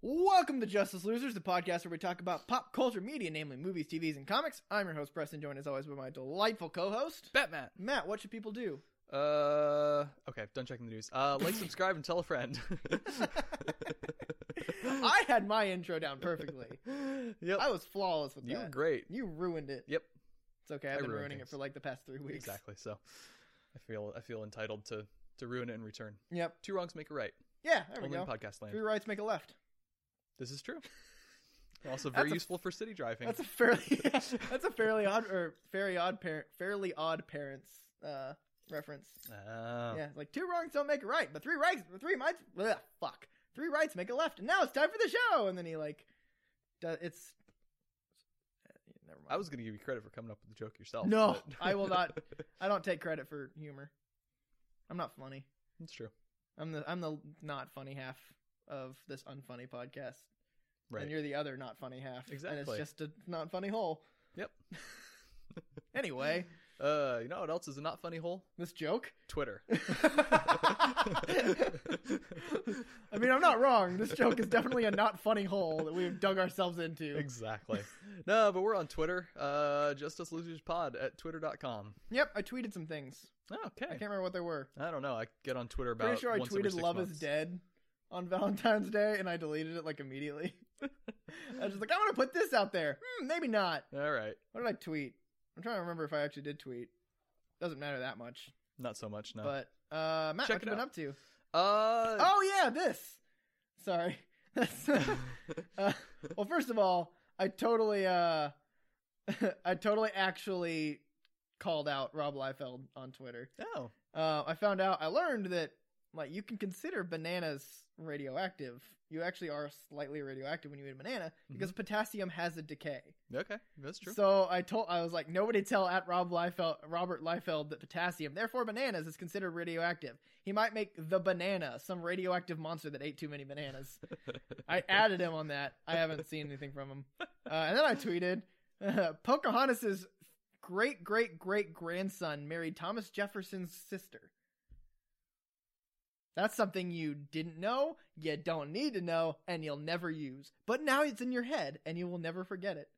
Welcome to Justice Losers, the podcast where we talk about pop culture media, namely movies, TVs, and comics. I'm your host, Preston, joined as always by my delightful co host, Batman. Matt. What should people do? Uh, okay, done checking the news. Uh, like, subscribe, and tell a friend. I had my intro down perfectly. yep, I was flawless with you were that. great. You ruined it. Yep. It's okay. I've I been ruin ruining it things. for like the past three weeks. Exactly. So, I feel I feel entitled to to ruin it in return. Yep. Two wrongs make a right. Yeah, there we Only in go. podcast land. Three rights make a left. This is true. Also, very That's a- useful for city driving. That's a fairly that's a fairly odd or very odd parent fairly odd parents uh reference. Ah. Yeah, it's like two wrongs don't make a right, but three rights three rights bleh, fuck. Three rights make a left, and now it's time for the show. And then he like does it's eh, never mind. I was gonna give you credit for coming up with the joke yourself. No, but- I will not. I don't take credit for humor. I'm not funny. it's true. I'm the I'm the not funny half of this unfunny podcast. Right. And you're the other not funny half. And it's Exactly. just a not funny hole. Yep. Anyway, Uh, you know what else is a not funny hole? this joke. Twitter. I mean, I'm not wrong. This joke is definitely a not funny hole that we've dug ourselves into. Exactly. no, but we're on Twitter. Uh, Justice Losers Pod at twitter.com. Yep, I tweeted some things. Oh, I okay. can't remember what they were. I, don't know. I get on Twitter about. Pretty sure I once every tweeted six "Love is months. dead" on Valentine's Day, and I deleted it like immediately. I was just like, I want to put this out there. Hmm, maybe not. All right. What did I tweet? I'm trying to remember if I actually did tweet. Doesn't matter that much. Not so much now. But uh, Matt, Check what it you been out. up to? uh, Oh yeah, this. Sorry. That's- uh, well, first of all, I totally, uh, I totally actually called out Rob Liefeld on Twitter. oh, Uh, I found out, I learned that like you can consider bananas radioactive. You actually are slightly radioactive when you eat a banana because potassium has a decay. okay. That's true. So I told I was like, nobody tell at Rob Liefeld, Robert Liefeld that potassium, therefore bananas, is considered radioactive. He might make the banana some radioactive monster that ate too many bananas. I added him on that. I haven't seen anything from him. Uh, and then I tweeted, Pocahontas's great great great grandson married Thomas Jefferson's sister. That's something you didn't know, you don't need to know, and you'll never use. But now it's in your head, and you will never forget it.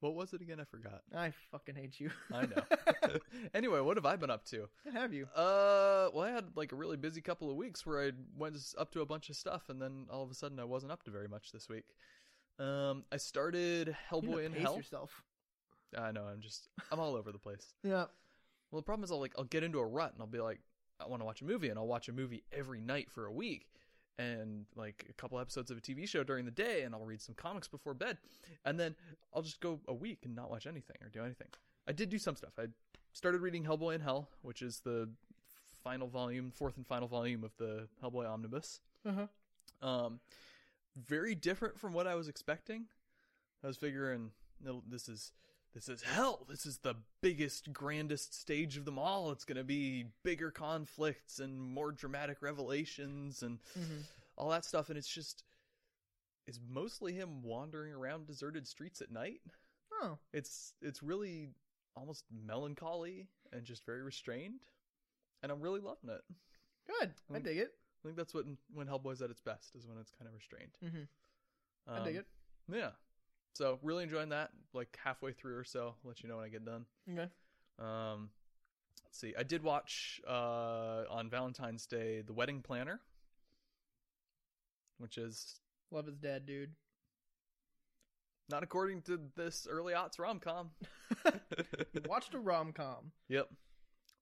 what was it again? I forgot. I fucking hate you. I know. anyway, what have I been up to? what have you? Uh, well, I had like a really busy couple of weeks where I went s- up to a bunch of stuff, and then all of a sudden I wasn't up to very much this week. Um, I started You need to Hellboy in pace Hell. yourself. I know. I'm just I'm all over the place. Yeah. Well, the problem is I'll like I'll get into a rut and I'll be like I want to watch a movie and I'll watch a movie every night for a week and like a couple episodes of a TV show during the day and I'll read some comics before bed and then I'll just go a week and not watch anything or do anything. I did do some stuff. I started reading Hellboy in Hell, which is the final volume, fourth and final volume of the Hellboy omnibus. Uh-huh. Um, very different from what I was expecting. I was figuring no, this is this is hell. This is the biggest, grandest stage of them all. It's going to be bigger conflicts and more dramatic revelations and Mhm. all that stuff. And it's just it's mostly him wandering around deserted streets at night. Oh, It's it's really almost melancholy and just very restrained. And I'm really loving it. good. I Mm. dig it. I think that's what when Hellboy's at its best is when it's kind of restrained. Mhm. I Um, dig it. Yeah. So really enjoying that. Like halfway through or so, I'll let you know when I get done. Okay. Um, let's see. I did watch uh, on Valentine's Day The Wedding Planner, which is Love is dead, dude. not according to this early aughts rom com. Watched a rom com. yep.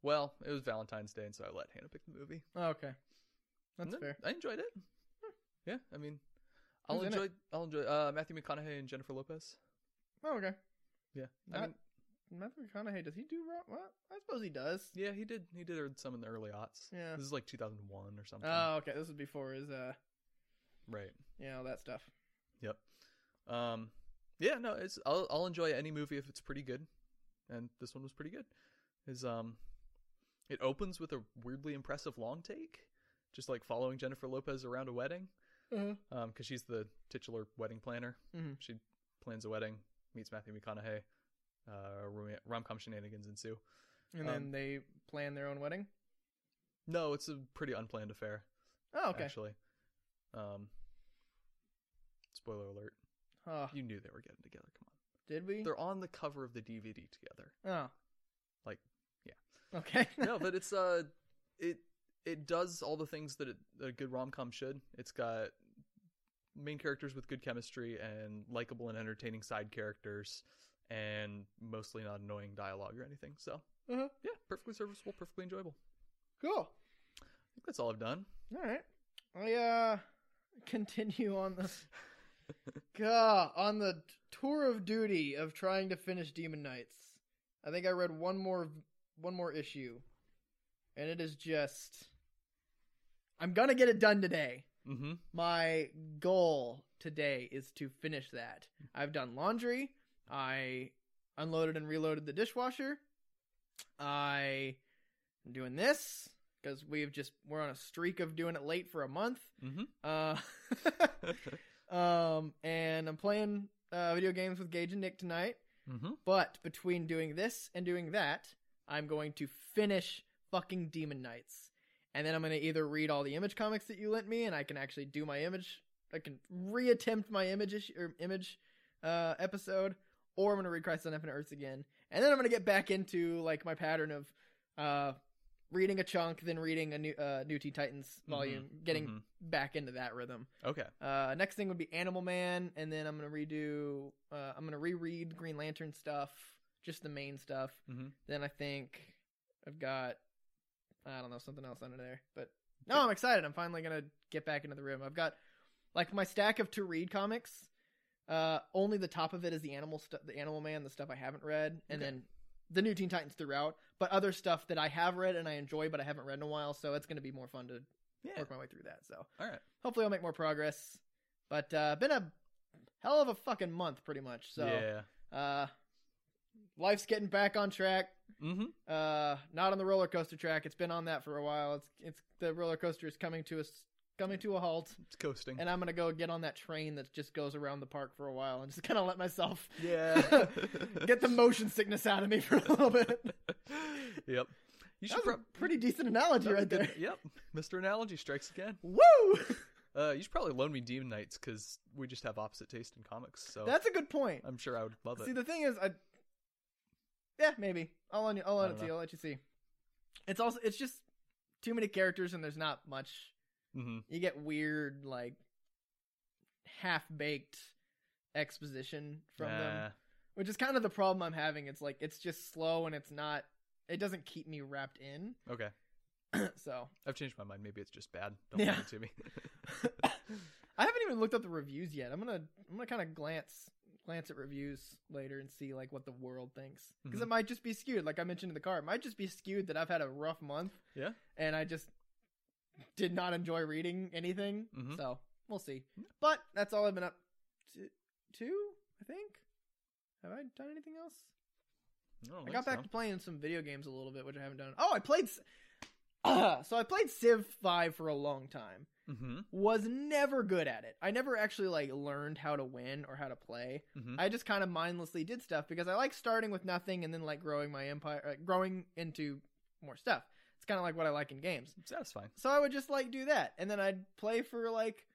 Well, it was Valentine's Day, and so I let Hannah pick the movie. Oh, Okay. That's And then fair. Hmm. I enjoyed it. Yeah, I mean, I'll Who's in it? enjoy. I'll enjoy uh, Matthew McConaughey and Jennifer Lopez. Oh, okay. Yeah, I That- mean, Matthew McConaughey, does he do rom? What? I suppose he does. yeah, he did. He did some in the early aughts. Yeah. this is like 2001 or something. Oh, okay. This is before his, uh, right. you know, that stuff. Yep. Um. Yeah. No. It's. I'll. I'll enjoy any movie if it's pretty good, and this one was pretty good. Is um, it opens with a weirdly impressive long take, just like following Jennifer Lopez around a wedding, Uh-huh. um, because she's the titular wedding planner. Mhm. She plans a wedding, meets Matthew McConaughey, uh, rom com shenanigans ensue. And then Um, they plan their own wedding. No, it's a pretty unplanned affair. Oh, okay. Actually, um, Spoiler alert. Oh, You knew they were getting together. Come on. did we? They're on the cover of the DVD together. Oh. Like, yeah. Okay. no, but it's uh, it it does all the things that it, a good rom com should. It's got main characters with good chemistry and likable and entertaining side characters, and mostly not annoying dialogue or anything. So Uh-huh. yeah, perfectly serviceable, perfectly enjoyable. Cool. I think that's all I've done. All right. I uh continue on the Gah, on the tour of duty of trying to finish Demon Knights. I think I read one more one more issue. And it is just I'm going to get it done today. Mm-hmm. My goal today is to finish that. I've done laundry. I unloaded and reloaded the dishwasher. I am doing this because we've just we're on a streak of doing it late for a month. Mm-hmm. Uh, um, and I'm playing uh, video games with Gage and Nick tonight. mm-hmm. But between doing this and doing that, I'm going to finish fucking Demon Knights. And then I'm going to either read all the image comics that you lent me and I can actually do my image I can reattempt my image issue, or image uh episode or I'm going to read Christ on Infinite Earths again. And then I'm going to get back into like my pattern of uh reading a chunk then reading a new uh, new Teen Titans volume, getting mhm. back into that rhythm. Okay. Uh, next thing would be Animal Man, and then I'm gonna redo. Uh, I'm gonna reread Green Lantern stuff, just the main stuff. Mhm. Then I think I've got, I don't know, something else under there. But no, I'm excited. I'm finally gonna get back into the room. I've got like my stack of to read comics. Uh, only the top of it is the animal stuff, the Animal Man, the stuff I haven't read, and Okay. then the new Teen Titans throughout. But other stuff that I have read and I enjoy, but I haven't read in a while. So it's gonna be more fun to Yeah. work my way through that. So All right. hopefully I'll make more progress. But uh been a hell of a fucking month pretty much. So yeah. uh life's getting back on track. Mm-hmm. Uh not on the roller coaster track. It's been on that for a while. It's it's the roller coaster is coming to us coming to a halt. It's coasting. And I'm gonna go get on that train that just goes around the park for a while and just kinda let myself yeah. get the motion sickness out of me for a little bit. yep. You That should was prob- a pretty decent analogy that was right good- there. Yep. Mr. Analogy strikes again. Woo! Uh, you should probably loan me Demon Knights because we just have opposite taste in comics. So That's a good point. I'm sure I would love it. See, the thing is, I yeah, maybe I'll on you. I'll on I it don't to you. know. I'll let you see. It's also it's just too many characters and there's not much. hmm You get weird like half baked exposition from them, which is kind of the problem I'm having. It's like it's just slow and it's not. It doesn't keep me wrapped in. Okay. so I've changed my mind. Maybe it's just bad. Don't Yeah. yeah. it to me. I haven't even looked up the reviews yet. I'm gonna I'm gonna kind of glance glance at reviews later and see like what the world thinks because Mm-hmm. it might just be skewed. Like I mentioned in the car, it might just be skewed that I've had a rough month. Yeah. and I just did not enjoy reading anything. Mhm. So we'll see. Yeah. But that's all I've been up to. to I think. Have I done anything else? don't I think got back so. to playing some video games a little bit, which I haven't done. Oh, I played. s- so I played Civ Five for a long time Mhm, was never good at it. I never actually like learned how to win or how to play. mhm. I just kind of mindlessly did stuff because I like starting with nothing and then like growing my empire, like, growing into more stuff. It's kind of like what I like in games. Satisfying. So I would just like do that and then I'd play for like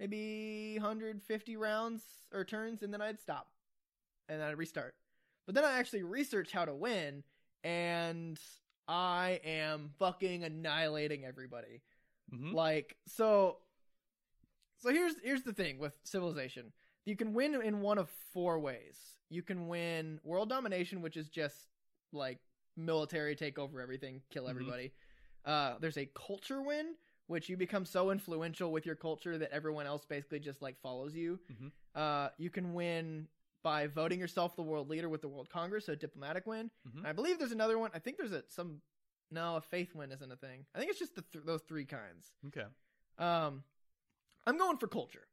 maybe 150 rounds or turns and then I'd stop and I'd restart. But then I actually researched how to win and I am fucking annihilating everybody. hmm Like so so here's here's the thing with civilization. You can win in one of four ways. You can win world domination, which is just like military take over everything, kill Mhm. everybody. Uh there's a culture win, which you become so influential with your culture that everyone else basically just like follows you. Mhm. Uh you can win by voting yourself the world leader with the world congress, so a diplomatic win. Mhm. And I believe there's another one. I think there's a some no, a faith win isn't a thing. I think it's just the th- those three kinds. Okay. Um, I'm going for culture.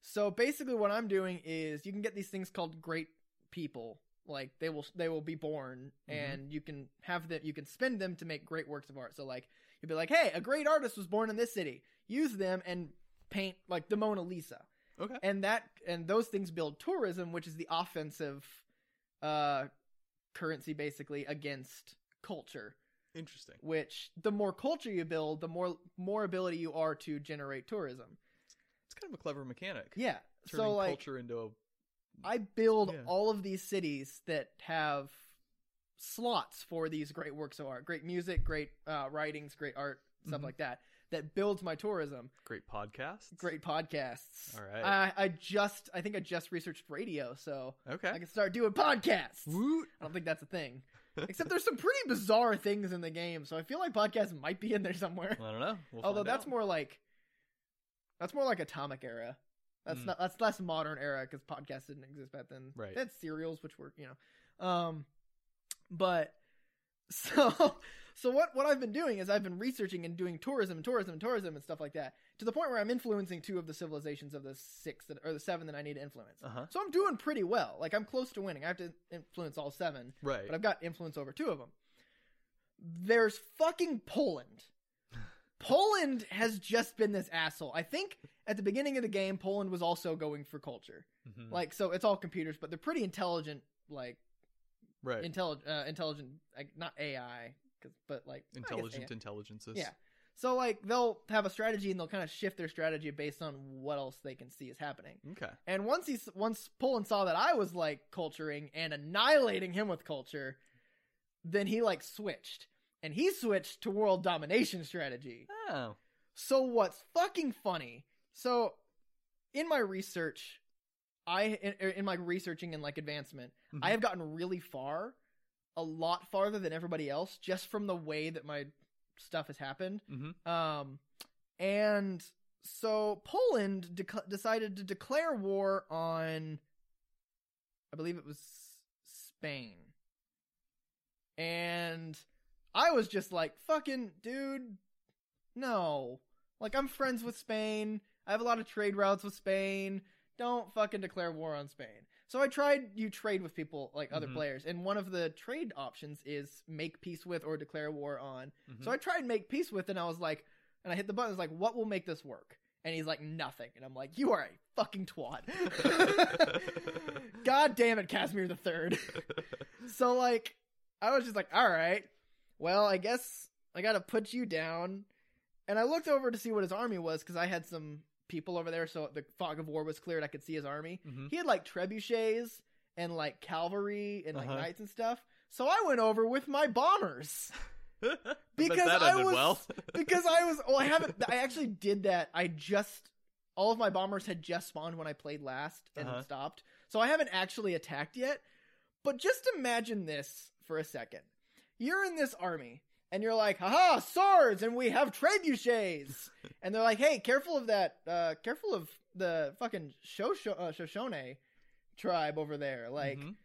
So basically, what I'm doing is you can get these things called great people. Like they will they will be born, Mhm. and you can have them. You can spend them to make great works of art. So like you'd be like, hey, a great artist was born in this city. Use them and paint like the Mona Lisa. Okay. And that and those things build tourism, which is the offensive uh currency basically against culture Interesting. which the more culture you build, the more more ability you are to generate tourism. It's kind of a clever mechanic. Yeah. turning so like culture into a I build Yeah. all of these cities that have slots for these great works of art, great music, great uh, writings, great art, stuff Mhm. like that. That builds my tourism. great podcast. Great podcasts. All right. I, I just, I think I just researched radio, so Okay. I can start doing podcasts. Woot. I don't think that's a thing. Except there's some pretty bizarre things in the game, so I feel like podcasts might be in there somewhere. I don't know. We'll Although find that's out. more like that's more like atomic era. That's Mm. not that's less modern era because podcasts didn't exist back then. Right. That's serials, which were you know, um, but so so what what I've been doing is I've been researching and doing tourism, tourism, tourism, and stuff like that to the point where I'm influencing two of the civilizations of the six that, or the seven that I need to influence. Uh huh. So I'm doing pretty well. Like I'm close to winning. I have to influence all seven, Right. but I've got influence over two of them. There's fucking Poland. Poland has just been this asshole. I think at the beginning of the game, Poland was also going for culture. Mhm. Like, so it's all computers, but they're pretty intelligent, like right. intelligent, uh, intelligent, like not AI, 'cause- but like I guess Intelligent AI. intelligences. Yeah. So like they'll have a strategy and they'll kind of shift their strategy based on what else they can see is happening. Okay. And once he once Poland saw that I was like culturing and annihilating him with culture, then he like switched. And he switched to world domination strategy. Oh. So what's fucking funny? So in my research, I in, er, in my researching and like advancement, Mhm. I have gotten really far, a lot farther than everybody else just from the way that my stuff has happened. Mhm. Um and so Poland dec- decided to declare war on I believe it was Spain. And I was just like, "Fucking dude, no. Like I'm friends with Spain. I have a lot of trade routes with Spain. Don't fucking declare war on Spain." So I tried you trade with people like other Mhm. players, and one of the trade options is make peace with or declare war on. Mhm. So I tried and make peace with, and I was like, and I hit the button. I was like, what will make this work? And he's like, nothing. And I'm like, you are a fucking twat. God damn it, Casimir the Third. so like, I was just like, all right, well, I guess I gotta put you down. And I looked over to see what his army was because I had some people over there, so the fog of war was cleared. I could see his army. Mhm. He had like trebuchets and like cavalry and like Uh-huh. knights and stuff. So I went over with my bombers I bet because that I ended was- well. because I was well, I haven't. I actually did that. I just all of my bombers had just spawned when I played last and Uh-huh. stopped, so I haven't actually attacked yet. But just imagine this for a second: you're in this army, and you're like, "Haha, swords!" and we have trebuchets, and they're like, "Hey, careful of that! Uh, careful of the fucking Shosho, uh, Shoshone tribe over there!" Like Mhm.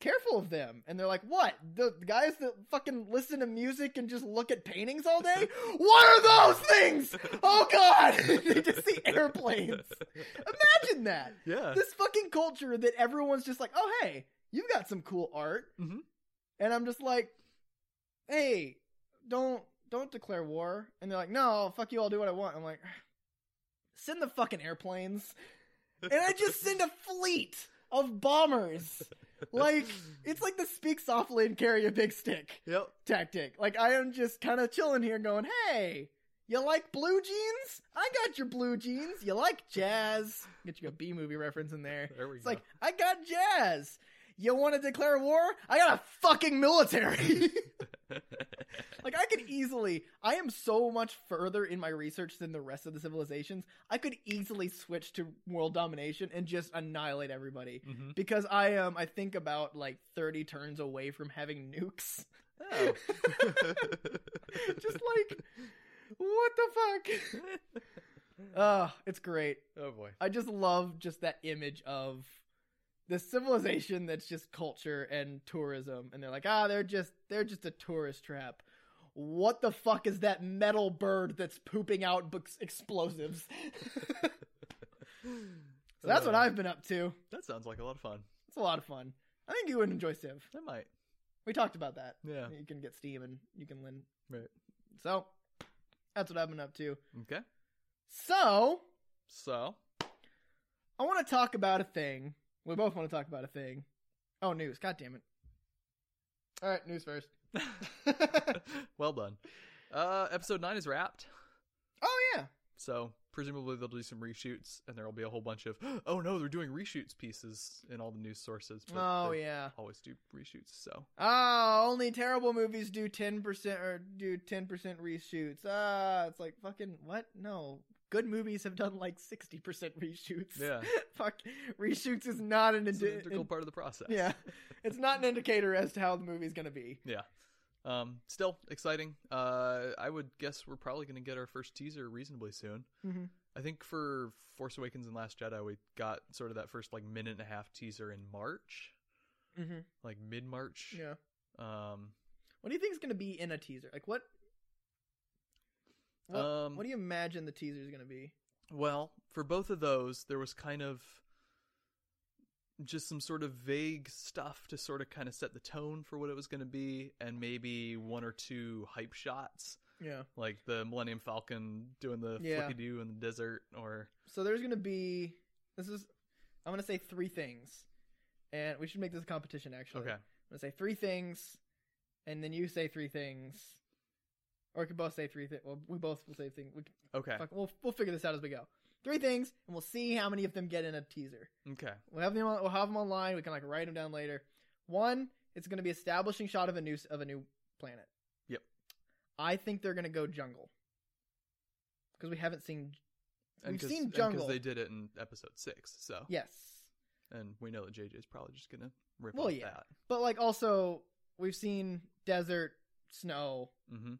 careful of them. And they're like, what? The guys that fucking listen to music and just look at paintings all day? What are those things? Mm-hmm. Oh god! they just see airplanes. Imagine that. yeah. This fucking culture that everyone's just like, oh hey, you've got some cool art. Mhm. And I'm just like, hey, don't don't declare war. And they're like, no, fuck you, I'll do what I want. I'm like, send the fucking airplanes. And I just send a fleet of bombers. Like, it's like the speak softly and carry a big stick Yep. tactic. Like I am just kind of chilling here, going, "Hey, you like blue jeans? I got your blue jeans. You like jazz? Get you a B movie reference in there. There we It's go. like I got jazz. You want to declare war? I got a fucking military. like I could easily. I am so much further in my research than the rest of the civilizations. I could easily switch to world domination and just annihilate everybody. Mhm. Because I am, I think about like 30 turns away from having nukes Oh. just like what the fuck oh it's great oh boy. i just love just that image of this civilization that's just culture and tourism and they're like ah they're just they're just a tourist trap what the fuck is that metal bird that's pooping out b- explosives so that's what Uh, i've been up to That sounds like a lot of fun. it's a lot of fun i think you would enjoy civ I might. we talked about that Yeah. you can get steam and you can win Right. so that's what i've been up to Okay. so So. I want to talk about a thing. We both want to talk about a thing. Oh, news. God damn it. All right, news first. well done. Uh, episode nine is wrapped. Oh, yeah. So presumably they'll do some reshoots, and there will be a whole bunch of oh no, they're doing reshoots pieces in all the news sources. but Oh they yeah. always do reshoots. So Oh, only terrible movies do ten percent or do ten percent reshoots. Ah, it's like fucking what? No, good movies have done like sixty percent reshoots. yeah, fuck, reshoots is not an, it's indi- an integral part of the process. yeah, it's not an indicator as to how the movie's gonna be. yeah. Um, still exciting. Uh, I would guess we're probably going to get our first teaser reasonably soon. Mhm. I think for Force Awakens and Last Jedi, we got sort of that first like minute and a half teaser in March, Mm-hmm. like mid March. Yeah. Um, What do you think's gonna be in a teaser? Like what? What, um, what do you imagine the teaser's gonna be? Well, for both of those, there was kind of just some sort of vague stuff to sort of kind of set the tone for what it was going to be, and maybe one or two hype shots, Yeah. like the Millennium Falcon doing the Yeah. flicky do in the desert, or So there's gonna be this is I'm gonna say three things, and we should make this a competition actually. okay, I'm gonna say three things, and then you say three things, or we can both say three things. Well, we both will say things. We, okay, fuck, we'll we'll figure this out as we go. Three things, and we'll see how many of them get in a teaser. okay, We'll have them. On, we'll have them online. We can like write them down later. One, it's gonna be establishing shot of a new s- of a new planet. Yep. I think they're gonna go jungle because we haven't seen. And We've 'cause- seen and 'cause jungle. they did it in episode six, so Yes. and we know that JJ's probably just gonna rip Well, off yeah. that. But like also we've seen desert, snow, Mm-hmm.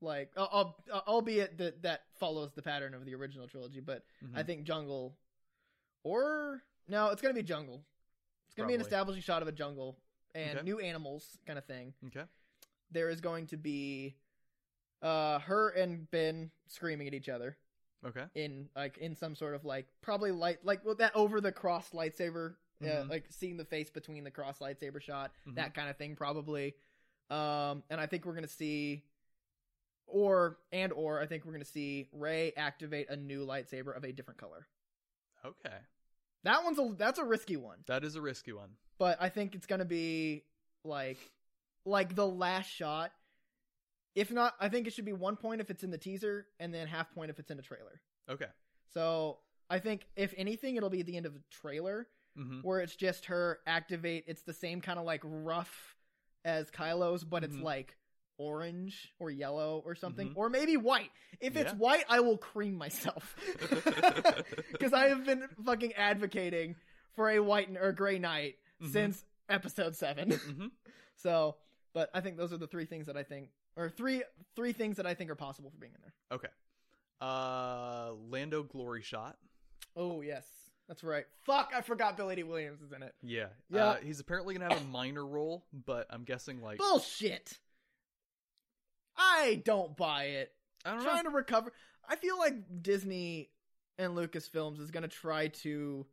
like al- al- al- albeit that that follows the pattern of the original trilogy, but mm-hmm. I think jungle or no, it's going to be jungle. It's going to be an Probably. establishing shot of a jungle and Okay. new animals kind of thing. okay, There is going to be uh her and Ben screaming at each other okay, in like in some sort of like probably light like well, that over the cross lightsaber uh, Mhm. like seeing the face between the cross lightsaber shot Mhm. that kind of thing probably um and i think we're gonna see or and or i think we're gonna see ray activate a new lightsaber of a different color okay. that one's a that's a risky one That is a risky one. but i think it's gonna be like like the last shot if not i think it should be one point if it's in the teaser and then half point if it's in the trailer Okay. so I think if anything, it'll be at the end of the trailer Mm-hmm. where it's just her activate. It's the same kind of like rough as Kylo's, but it's Mhm. like orange or yellow or something, Mhm. or maybe white. If it's Yeah. white, I will cream myself because I have been fucking advocating for a white or gray knight Mhm. since episode seven. Mm-hmm. so, but I think those are the three things that I think, or three three things that I think are possible for being in there. Okay. Uh Lando glory shot. Oh yes, that's right. Fuck, I forgot Billy D. Williams is in it. Yeah. Yeah. Uh, he's apparently gonna have a minor role, but I'm guessing like Bullshit. I don't buy it. I don't Trying know. to recover. I feel like Disney and Lucasfilms is gonna try to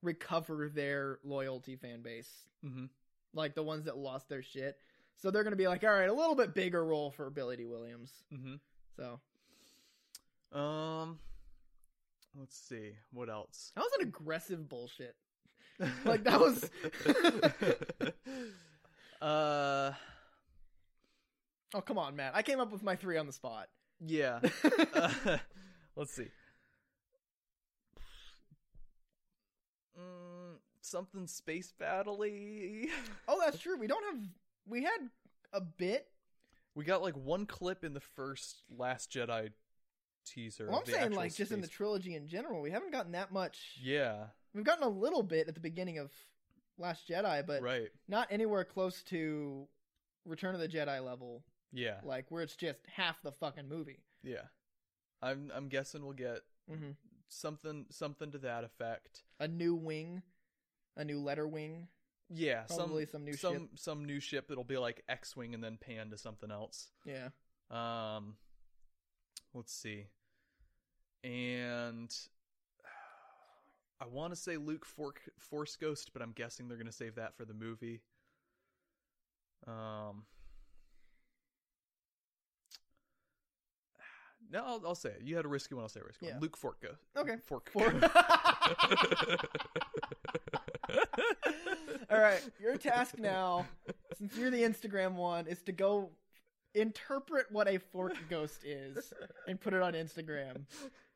recover their loyalty fan base, hmm like the ones that lost their shit. So they're gonna be like, all right, a little bit bigger role for Billy D. Williams. hmm So Um. Let's see what else. that was an aggressive bullshit. Like, that was- uh. Oh come on, Matt. I came up with my three on the spot. Yeah. Uh, let's see. Mm, something space battley. oh, that's true. We don't have. We had a bit We got like one clip in the first Last Jedi teaser. Well, of I'm the saying actual like just in the space- trilogy in general, we haven't gotten that much. yeah, We've gotten a little bit at the beginning of Last Jedi, but right. not anywhere close to Return of the Jedi level, Yeah, like where it's just half the fucking movie. yeah. I'm I'm guessing we'll get hmm something something to that effect. A new wing, a new letter wing, Yeah, probably some, new some ship. some new ship that'll be like X-wing and then pan to something else. Yeah, Um, let's see. And I want to say Luke Fork Force Ghost, but I'm guessing they're gonna save that for the movie. Um, no, I'll, I'll say it. You had a risky one. I'll say a risky Yeah. one. Luke Fork Ghost. Okay. Fork. Fork- All right, your task now, since you're the Instagram one, is to go interpret what a fork ghost is and put it on Instagram.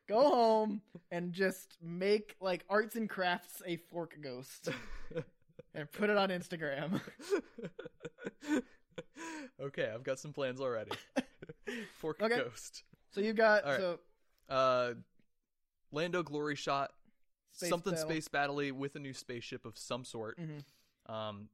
Go home and just make like arts and crafts a fork ghost and put it on Instagram. okay, I've got some plans already. Fork Okay. Ghost. So you got All right. so Uh, Lando Glory shot Space something battle. space battle with a new spaceship of some sort. Mhm. Um,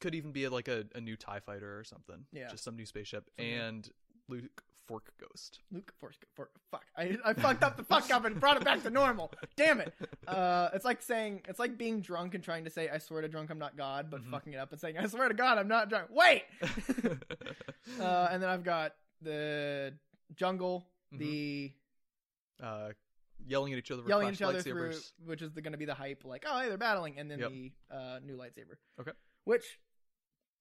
could even be like a, a new Tie Fighter or something. Yeah. just some new spaceship. Something like- And Luke Fork Ghost. Luke Fork, fork fuck. I, I fucked up the fuck up and brought it back to normal. Damn it. Uh, it's like saying it's like being drunk and trying to say I swear to drunk I'm not God, but Mhm. fucking it up and saying I swear to God I'm not drunk. Wait. uh, Uh, and then I've got the jungle, Mm-hmm. the Uh, yelling at each other with yelling at flash each other through, lightsabers. which is going to be the hype, like, oh, hey, they're battling, and then Yep. the uh, new lightsaber. Okay. Which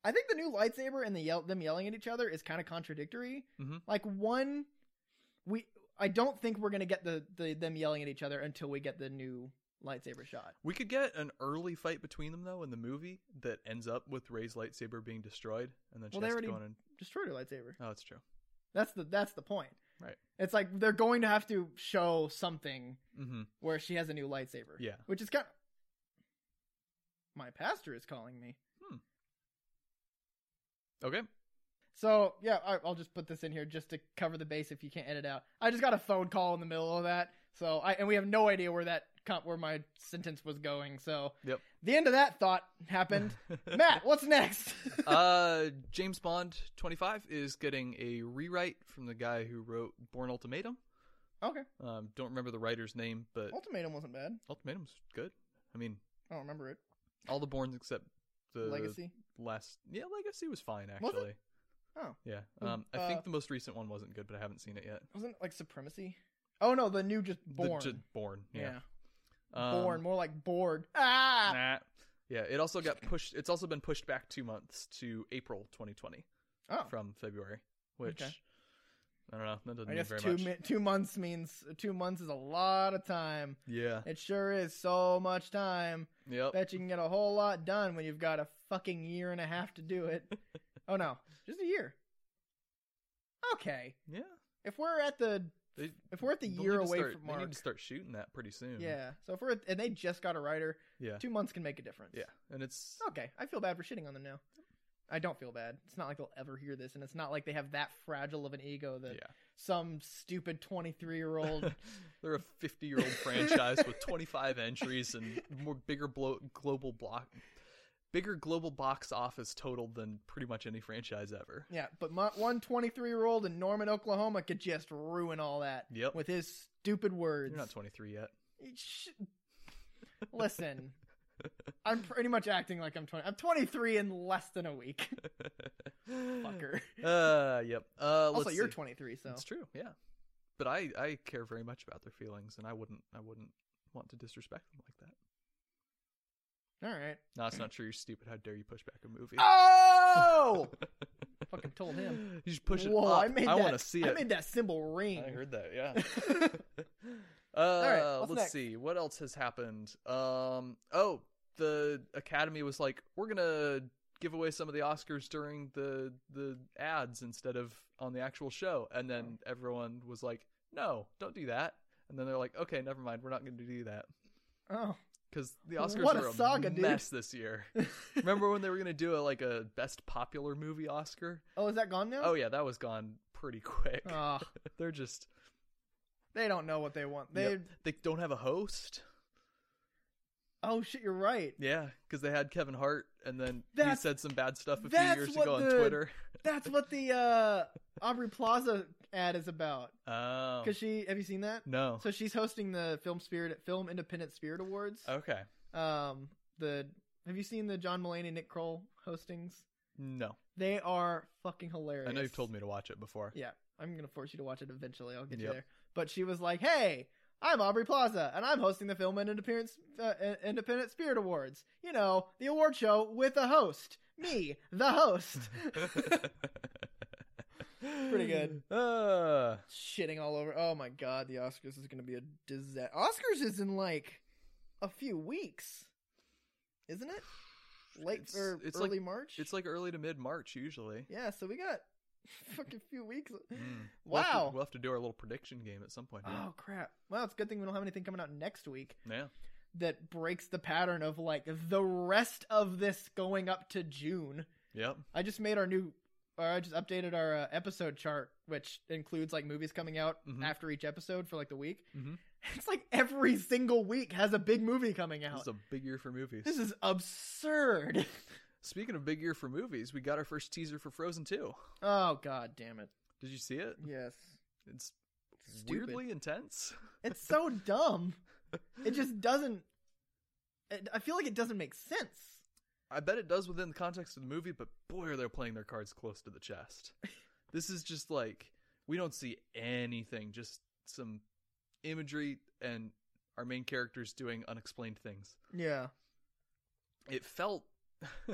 I think the new lightsaber and the yell- them yelling at each other is kind of contradictory. Mhm. Like one, we I don't think we're going to get the, the them yelling at each other until we get the new lightsaber shot. We could get an early fight between them though in the movie that ends up with Ray's lightsaber being destroyed, and then she Well, they has to go already- in and Destroy your lightsaber. oh, it's true. That's the that's the point. Right. It's like they're going to have to show something hmm where she has a new lightsaber. Yeah. Which is kind. My pastor is calling me. Okay. So yeah, I, I'll just put this in here just to cover the base. If you can't edit out, I just got a phone call in the middle of that. So I and we have no idea where that com- where my sentence was going. So Yep. the end of that thought happened. Matt, what's next? uh, James Bond 25 is getting a rewrite from the guy who wrote Born Ultimatum. okay, Um, don't remember the writer's name, but ultimatum wasn't bad. Ultimatum's good. I mean, I don't remember it. all the Borns except the Legacy. last. Yeah, Legacy was fine Was actually. it? Oh. Yeah. Mm, Um, I uh, think the most recent one wasn't good, but I haven't seen it yet. Wasn't it like supremacy? Oh no, the new just The- born. just Born. Yeah. yeah, Um, born. More like bored. Ah, Nah. Yeah, it also got pushed. It's also been pushed back two months to April 2020 oh. from February, which Okay. I don't know. That doesn't I mean guess very two much. mi- two months means two months is a lot of time. yeah. It sure is so much time. Yep. Bet you can get a whole lot done when you've got a fucking year and a half to do it. oh no, just a year. Okay, yeah. if we're at the They, if we're at the they'll year need to away start- from They Mark, need to start shooting that pretty soon. yeah. So if we're at, and they just got a writer, Yeah. two months Oh, can make a difference. Yeah. And it's Okay, I feel bad for shitting on them now. I don't feel bad. It's not like they'll ever hear this, and it's not like they have that fragile of an ego that some stupid twenty-three-year-old yeah. They're a 50 year old franchise with 25 entries and more bigger blo- global block, bigger global box office total than pretty much any franchise ever. Yeah, but my, one 23 year old in Norman, Oklahoma could just ruin all that Yep. with his stupid words. You're not 23 yet. Sh- Listen, I'm pretty much acting like I'm 20. I'm 23 in less than a week, fucker. Uh, yep. Uh, also, let's you're see. 23, so. It's true, yeah. But I I care very much about their feelings, and I wouldn't I wouldn't want to disrespect them like that. All right. No, it's not true. You're stupid. How dare you push back a movie? Oh! Fucking told him. You should push it Whoa, up. I, made that, want to see it. I made that symbol ring. I heard that. Yeah. Uh, right, what's let's next? see what else has happened. Um, oh, the Academy was like, we're gonna give away some of the Oscars during the the ads instead of on the actual show, and then Oh. everyone was like, no, don't do that. And then they're like, okay, never mind, we're not gonna do that oh. because the Oscars What a were a saga, dude. mess this year. Remember when they were gonna do a, like a Best Popular Movie Oscar? Oh, is that gone now? Oh yeah, that was gone pretty quick. Ah, they're just they don't know what they want. They. Yep. they don't have a host. Oh, shit, you're right. Yeah, because they had Kevin Hart, and then he That's- said some bad stuff a few that's years what ago on the- Twitter. That's what the uh, Aubrey Plaza ad is about. Oh, Cause she, have you seen that? no. So she's hosting the Film Spirit, Film Independent Spirit Awards. okay, Um, the have you seen the John Mulaney Nick Kroll hostings? no. They are fucking hilarious. I know you've told me to watch it before. Yeah, I'm gonna force you to watch it eventually. I'll get you Yep. there. But she was like, "Hey, I'm Aubrey Plaza, and I'm hosting the Film Independent uh, Independent Spirit Awards. You know, the award show with a host, me, the host." Pretty good. Uh, shitting all over. Oh my god, the Oscars is going to be a disaster. Oscars is in like a few weeks, isn't it? Late It's- or it's early like- March. it's like early to mid March usually. yeah, so we got fucking few weeks. Mm. We'll have, to, Wow. we'll have to do our little prediction game at some point. yeah. Oh crap. Well, it's a good thing we don't have anything coming out next week Yeah. that breaks the pattern of like the rest of this going up to June. Yep. I just made our new or I just updated our uh, episode chart which includes like movies coming out Mhm. after each episode for like the week. Mhm. It's like every single week has a big movie coming This out. is a big year for movies. This is absurd. Speaking of big year for movies, we got our first teaser for Frozen 2. oh god damn it. Did you see it? Yes. It's Stupid. weirdly intense. It's so dumb. It just doesn't it, I feel like it doesn't make sense. I bet it does within the context of the movie, but boy, are they playing their cards close to the chest. this is just like we don't see anything, just some imagery and our main characters doing unexplained things. Yeah. It felt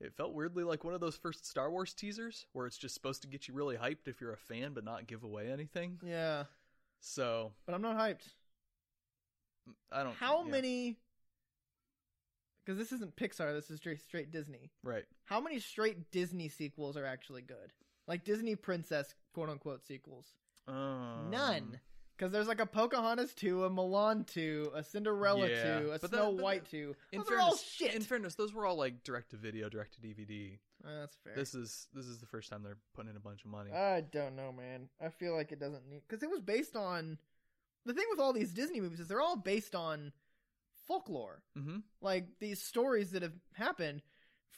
it felt weirdly like one of those first Star Wars teasers where it's just supposed to get you really hyped if you're a fan but not give away anything. Yeah. So, But I'm not hyped. I don't How yeah, many? Because this isn't Pixar. This is straight, straight Disney. Right. How many straight Disney sequels are actually good? Like Disney princess quote unquote sequels? Um, None. Because there's like a Pocahontas two, a Milan two, a Cinderella Yeah, two, a but Snow that- but White that- two. In Those are all fairness, shit. in fairness, those were all like direct to video, direct to DVD Uh, that's fair. This is this is the first time they're putting in a bunch of money. I don't know, man. I feel like it doesn't need because it was based on. The thing with all these Disney movies is they're all based on folklore. mm-hmm. like these stories that have happened.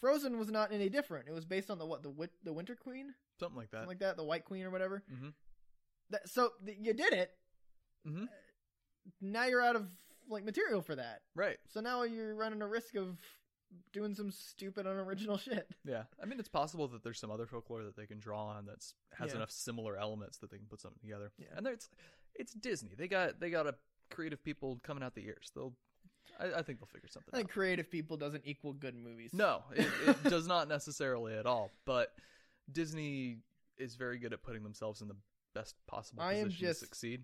Frozen was not any different. It was based on the what the wit- the Winter Queen, Something like that. something like that, the White Queen or whatever. Mhm. That, so th- you did it. Mhm. Now you're out of like material for that. right. So now you're running a risk of doing some stupid unoriginal shit. Yeah. I mean, it's possible that there's some other folklore that they can draw on that's has Yeah. enough similar elements that they can put something together. Yeah. And there, it's it's Disney. They got they got a creative people coming out the ears. They'll. I, I think they'll figure something I think out. creative people doesn't equal good movies. No, it, it does not necessarily at all. But Disney is very good at putting themselves in the best possible I am position just- to succeed.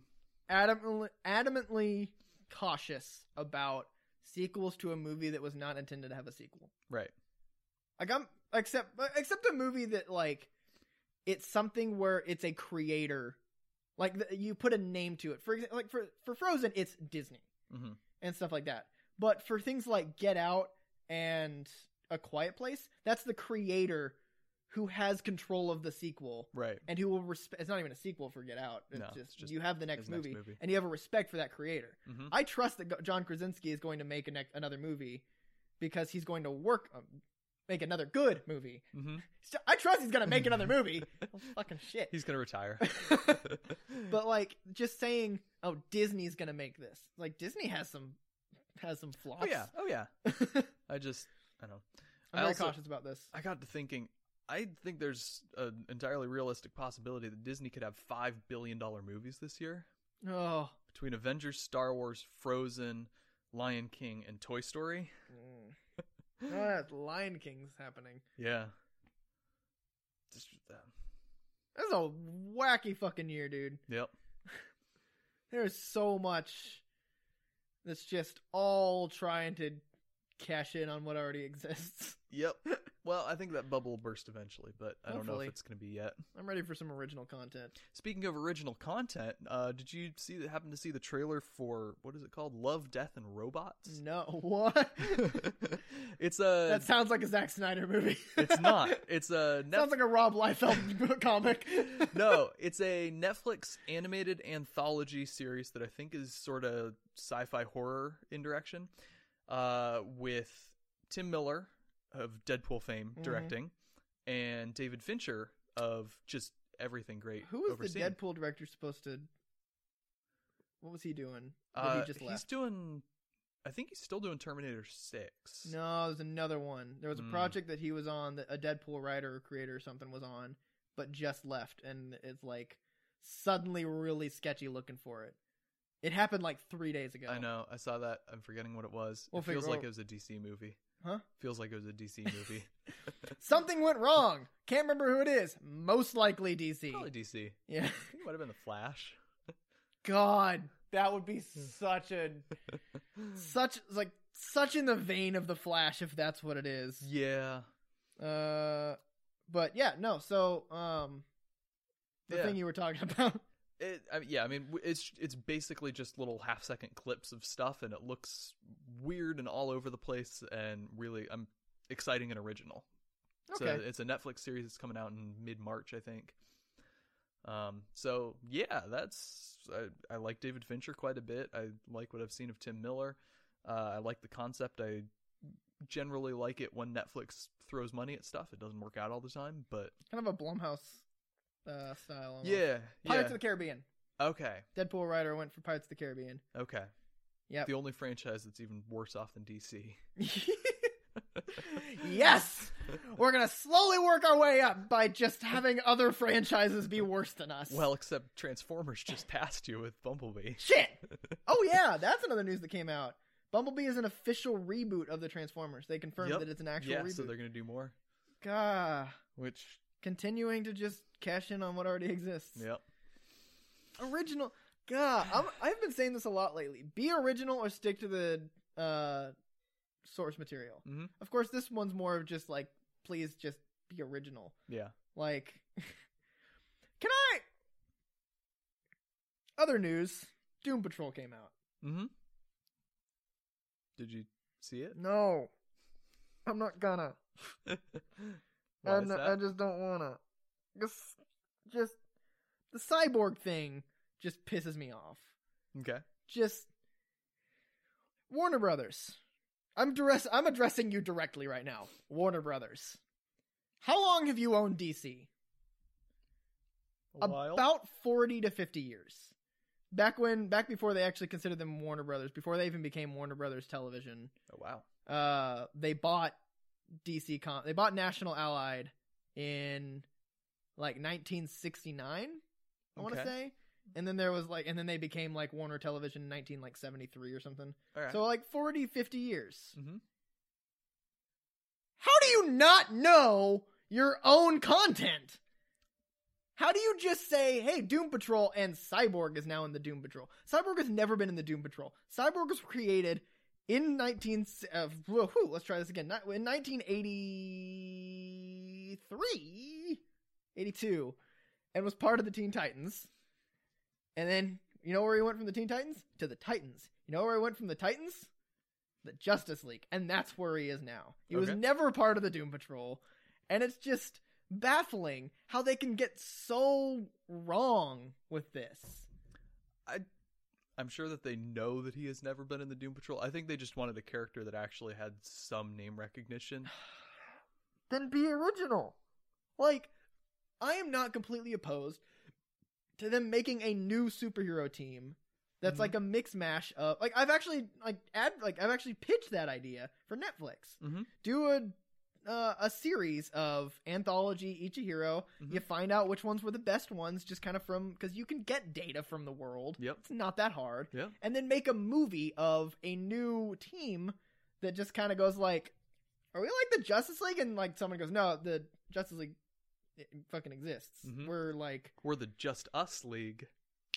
adamantly, adamantly cautious about sequels to a movie that was not intended to have a sequel. Right. Like I'm except except a movie that like it's something where it's a creator, like th- you put a name to it. For example, like for for Frozen, it's Disney hmm and stuff like that. But for things like Get Out and A Quiet Place, that's the creator who has control of the sequel Right. and who will respect. It's not even a sequel for Get Out. It's, No, just, it's just you have the next his next movie, movie. and you have a respect for that creator. hmm I trust that Go- John Krasinski is going to make a nec- another movie because he's going to work um, make another good movie. hmm So I trust he's going to make another movie. Oh, fucking shit. He's gonna retire. but like just saying, oh Disney's going to make this. Like Disney has some has some flaws. oh yeah. Oh yeah. I'm I just I don't. I very also- cautious about this. I got to thinking. I think there's an entirely realistic possibility that Disney could have five billion dollar movies this year Oh. between Avengers, Star Wars, Frozen, Lion King, and Toy Story. Mm. Oh, that Lion King's happening. yeah. Just, uh, That's a wacky fucking year, dude. yep. There's so much that's just all trying to cash in on what already exists. Yep. Well, I think that bubble will burst eventually, but I don't know Hopefully. if it's going to be yet. I'm ready for some original content. Speaking of original content, uh, did you see that? Happen to see the trailer for what is it called? Love, Death, and Robots. No, what? it's a that sounds like a Zack Snyder movie. It's not. It's a Netflix. sounds like a Rob Liefeld comic. no, it's a Netflix animated anthology series that I think is sort of sci-fi horror in direction, uh, with Tim Miller of Deadpool fame Mhm. directing, and David Fincher of just everything great. Who was overseeing. the Deadpool director supposed to? What was he doing? That Uh, he just He's left. doing. I think he's still doing Terminator Six. No, there's another one. There was a Mm. project that he was on that a Deadpool writer or creator or something was on, but just left, and it's like suddenly really sketchy looking for it. It happened like three days ago. I know. I saw that. I'm forgetting what it was. We'll it feels figure- like it was a DC movie. Huh? Feels like it was a DC movie. Something went wrong. Can't remember who it is. Most likely DC. Probably DC. Yeah. I think it might have been the Flash. God, that would be Hmm. such a such like such in the vein of the Flash if that's what it is. yeah. Uh, but yeah, no. So um, the Yeah. thing you were talking about. It, I mean, yeah, I mean, w- it's it's basically just little half second clips of stuff, and it looks weird and all over the place, and really, um, exciting and original. Okay. So it's a Netflix series that's coming out in mid March, I think. Um, so yeah, that's I, I like David Fincher quite a bit. I like what I've seen of Tim Miller. Uh, I like the concept. I generally like it when Netflix throws money at stuff. It doesn't work out all the time, but kind of a Blumhouse uh, style. Almost. yeah, Pirates yeah. of the Caribbean. Okay, Deadpool writer went for Pirates of the Caribbean. okay. Yep. The only franchise that's even worse off than DC. yes, we're gonna slowly work our way up by just having other franchises be worse than us. Well, except Transformers just passed you with Bumblebee. shit. Oh yeah, that's another news that came out. Bumblebee is an official reboot of the Transformers. They confirmed Yep. that it's an actual yeah, reboot. so they're gonna do more. Gah, Which, continuing to just cash in on what already exists. yep. Original. God, I'm, I've been saying this a lot lately. Be original or stick to the uh, source material. Mhm. Of course, this one's more of just like, please just be original. Yeah. Like, can I? Other news: Doom Patrol came out. Mm-hmm. Did you see it? No, I'm not gonna. Mm. Why I is n- I that? just don't wanna. Just, just the cyborg thing just pisses me off. Okay. Just Warner Brothers. I'm dress- I'm addressing you directly right now, Warner Brothers. How long have you owned DC? A while. About forty to fifty years. Back when, back before they actually considered them Warner Brothers, before they even became Warner Brothers Television, oh wow. uh, they bought DC Com. They bought National Allied in like 1969, I want to Okay. say. And then there was like, and then they became like Warner Television in 19 like 73 or something. All right. So like 40, 50 years. Mhm. How do you not know your own content? How do you just say, hey, Doom Patrol and Cyborg is now in the Doom Patrol? Cyborg has never been in the Doom Patrol. Cyborg was created in 19. Uh, whew, whew, let's try this again. Ni- In 1983, 82, and was part of the Teen Titans. And then, you know where he went from the Teen Titans? To the Titans. You know where he went from the Titans? The Justice League. And that's where he is now. He was Okay. never part of the Doom Patrol. And it's just baffling how they can get so wrong with this. I'm sure that they know that he has never been in the Doom Patrol. I think they just wanted a character that actually had some name recognition. Then be original. Like, I am not completely opposed to them making a new superhero team that's Mhm. like a mix mash of like I've actually like ad like I've actually pitched that idea for Netflix. Mhm. Do a uh, a series of anthology each a hero. Mhm. You find out which ones were the best ones, just kind of from because you can get data from the world. Yep. It's not that hard. Yeah. And then make a movie of a new team that just kind of goes like, "Are we like the Justice League?" And like someone goes, "No, the Justice League it fucking exists." Mhm. We're like, We're the Just Us League.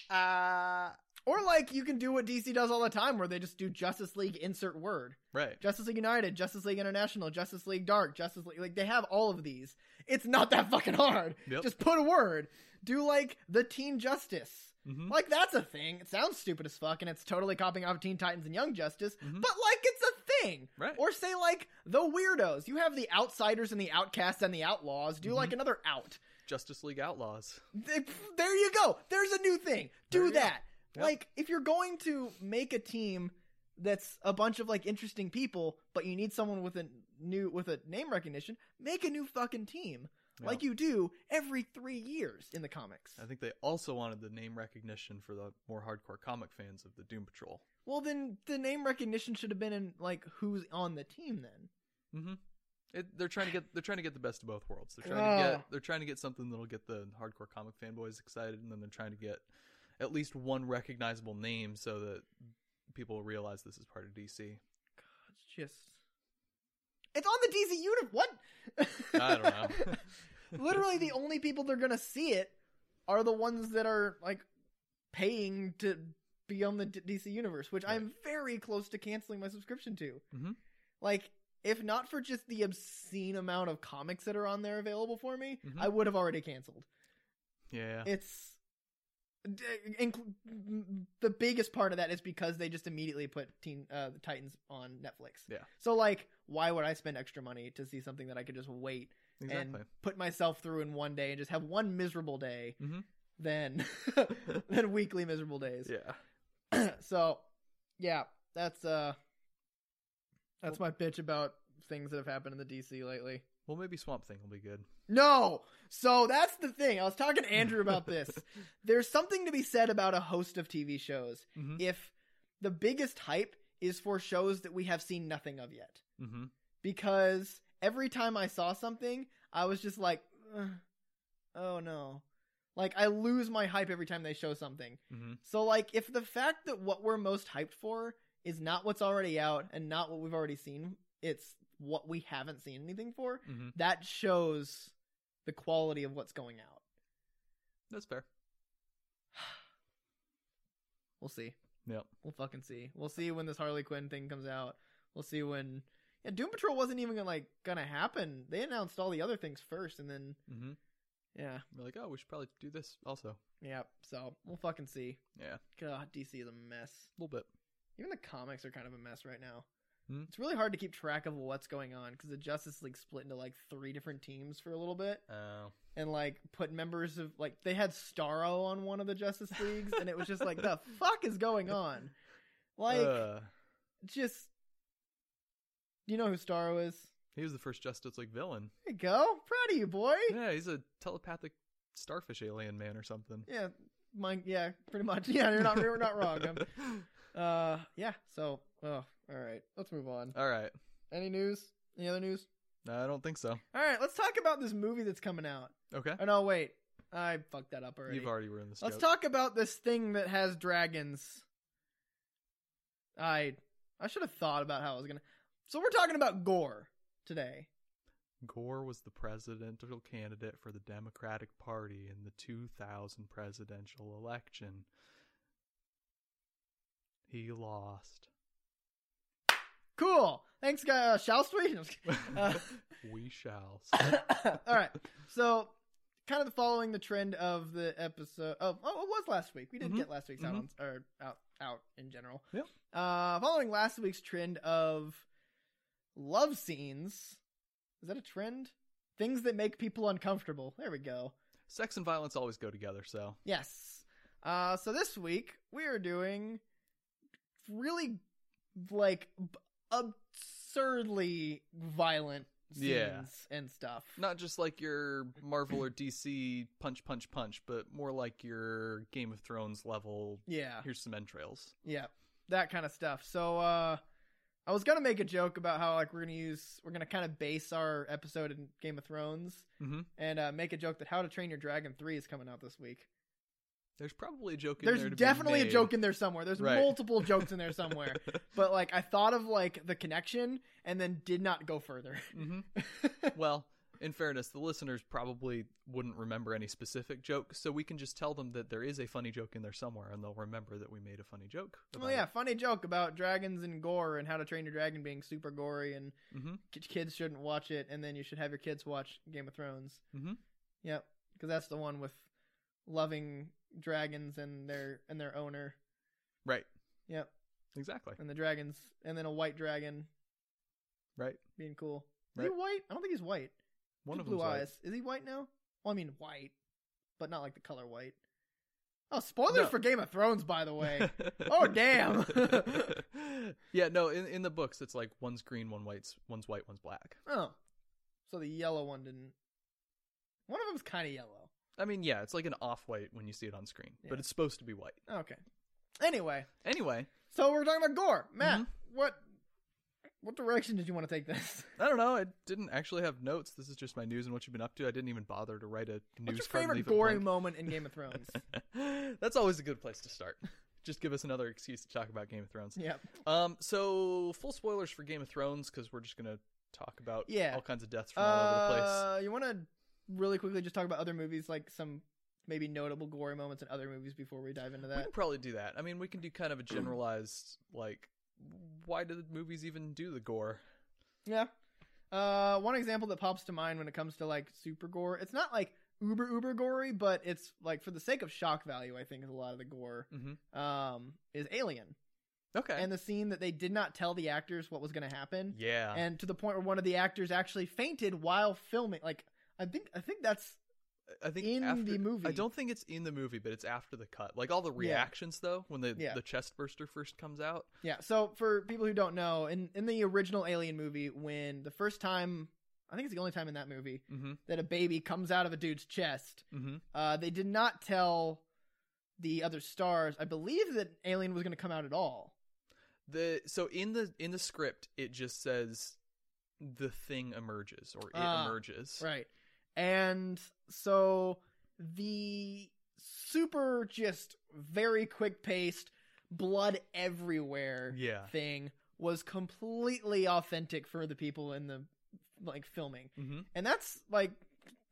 uh, or like you can do what DC does all the time, where they just do Justice League insert word, Right. Justice League United, Justice League International, Justice League Dark, Justice League. Like they have all of these. It's not that fucking hard. Yep. Just put a word. Do like the Teen Justice. hmm Like that's a thing. It sounds stupid as fuck, and it's totally copying off Teen Titans and Young Justice. Mhm. But like, it's a thing. Right. Or say like the weirdos. You have the outsiders and the outcasts and the outlaws. Do Mm-hmm. like another out. Justice League Outlaws. Th- There you go. There's a new thing. There Do you go. that. Yep. Like if you're going to make a team that's a bunch of like interesting people, but you need someone with a new with a name recognition, make a new fucking team. Yeah. Like you do every three years in the comics. I think they also wanted the name recognition for the more hardcore comic fans of the Doom Patrol. Well, then the name recognition should have been in like who's on the team then. Mm-hmm. It, they're trying to get they're trying to get the best of both worlds. They're trying to Ah. get they're trying to get something that'll get the hardcore comic fanboys excited, and then they're trying to get at least one recognizable name so that people realize this is part of DC. It's just it's on the DC unit. What? I don't know. Literally, the only people they're gonna see it are the ones that are like paying to be on the D- DC universe, which I'm very close to canceling my subscription to. Mhm. Like, if not for just the obscene amount of comics that are on there available for me, Mhm. I would have already canceled. Yeah. It's d- inc- the biggest part of that is because they just immediately put Teen uh, Titans on Netflix. Yeah. So like, why would I spend extra money to see something that I could just wait Exactly. and put myself through in one day and just have one miserable day Mhm. than than weekly miserable days? yeah. so yeah that's uh that's my bitch about things that have happened in the dc lately Well, maybe Swamp Thing will be good. no so that's the thing i was talking to andrew about this there's something to be said about a host of tv shows Mhm. if the biggest hype is for shows that we have seen nothing of yet Mm-hmm. because every time i saw something i was just like "Ugh. oh no like i lose my hype every time they show something Mm-hmm. so like if the fact that what we're most hyped for is not what's already out and not what we've already seen, it's what we haven't seen anything for, Mm-hmm. that shows the quality of what's going out. That's fair. We'll see. Yep. We'll fucking see. We'll see when this Harley Quinn thing comes out. We'll see when Yeah, Doom Patrol wasn't even gonna like gonna happen. They announced all the other things first and then Mm-hmm. yeah. We're like, oh, we should probably do this also. Yeah. So we'll fucking see. Yeah. God, DC is a mess. A little bit. Even the comics are kind of a mess right now. Hmm. It's really hard to keep track of what's going on because the Justice League split into like three different teams for a little bit Oh. and like put members of like they had Starro on one of the Justice Leagues and it was just like the fuck is going on? Like Uh, just you know who Starro is? he was the first Justice League villain. There you go. Proud of you, boy. Yeah, Yeah, he's a telepathic starfish alien man or something. mine yeah, pretty much. Yeah, you're not you're not wrong. Um, uh yeah, so oh, all right. Let's move on. All right. Any news? Any other news? No, I don't think so. All right, let's talk about this movie that's coming out. Okay. Oh no, wait, I fucked that up already. You've already ruined this. let's joke. talk about this thing that has dragons. I I should have thought about how I was gonna. So we're talking about gore today. Gore was the presidential candidate for the Democratic Party in the 2000 presidential election. He lost. Cool. Thanks, guy. Uh, Shallstwe? No, I'm just kidding. Uh, we shall. see. All right. So, kind of following the trend of the episode. Of, oh, it was last week. We didn't Mhm. get last week's out on, or out out in general. Yep. Uh, following last week's trend of love scenes. Is that a trend? Things that make people uncomfortable. There we go. Sex and violence always go together, so. Yes. Uh, so this week we are doing really like b- absurdly violent scenes Yeah. and stuff. Not just like your Marvel or DC punch, punch, punch, but more like your Game of Thrones level. yeah. Here's some entrails. Yeah, that kind of stuff. So uh I was gonna make a joke about how like we're gonna use we're gonna kind of base our episode in Game of Thrones Mhm. and uh, make a joke that How to Train Your Dragon Three is coming out this week. There's probably a joke in There's there. to be definitely a made. joke in there somewhere. There's Right. multiple jokes in there somewhere. but like I thought of like the connection and then did not go further. hmm well, in fairness, the listeners probably wouldn't remember any specific joke, so we can just tell them that there is a funny joke in there somewhere, and they'll remember that we made a funny joke. Oh yeah, funny joke about dragons and gore and How to Train Your Dragon being super gory and hmm k- kids shouldn't watch it, and then you should have your kids watch Game of Thrones. Mhm. Yep, because that's the one with loving dragons and their and their owner. Right. Yep, Exactly. and the dragons, and then a white dragon Right. being cool. Is Right. he white? I don't think he's white. One He's of blue them's white. eyes. Is he white now? Well, I mean white, but not like the color white. Oh, spoilers No. for Game of Thrones, by the way. Oh, damn. yeah, no. In in the books, it's like one's green, one white's one's white, one's black. oh, so the yellow one didn't. One of them's kind of yellow. I mean, yeah, it's like an off-white when you see it on screen, Yeah. but it's supposed to be white. Okay. Anyway, Anyway, So we're talking about gore, Matt. Mm-hmm. What what direction did you want to take this? I don't know. I didn't actually have notes. This is just my news and what you've been up to. I didn't even bother to write a news What's your card and favorite leave it gory blank. moment in Game of Thrones? That's always a good place to start. Just give us another excuse to talk about Game of Thrones. yep. Um, so full spoilers for Game of Thrones because we're just gonna talk about Yeah. all kinds of deaths from all over the place. Uh, you want to really quickly just talk about other movies, like some maybe notable gory moments in other movies before we dive into We that. can probably do that. I mean, we can do kind of a generalized like, why do the movies even do the gore? Yeah. Uh, one example that pops to mind when it comes to like super gore, it's not like uber uber gory, but it's like for the sake of shock value, I think is a lot of the gore Mhm. um is alien. Okay. And the scene that they did not tell the actors what was going to happen yeah. and to the point where one of the actors actually fainted while filming like I think I think that's I think in after, the movie. I don't think it's in the movie, but it's after the cut. Like all the reactions though, when the Yeah. the chest burster first comes out. Yeah. So for people who don't know, in in the original Alien movie, when the first time, I think it's the only time in that movie Mm-hmm. that a baby comes out of a dude's chest, Mm-hmm. uh, they did not tell the other stars. I believe that Alien was going to come out at all. The so in the in the script it just says the thing emerges or it Ah, emerges. Right. And so the super just very quick paced blood everywhere Yeah. thing was completely authentic for the people in the like filming. Mm-hmm. and that's like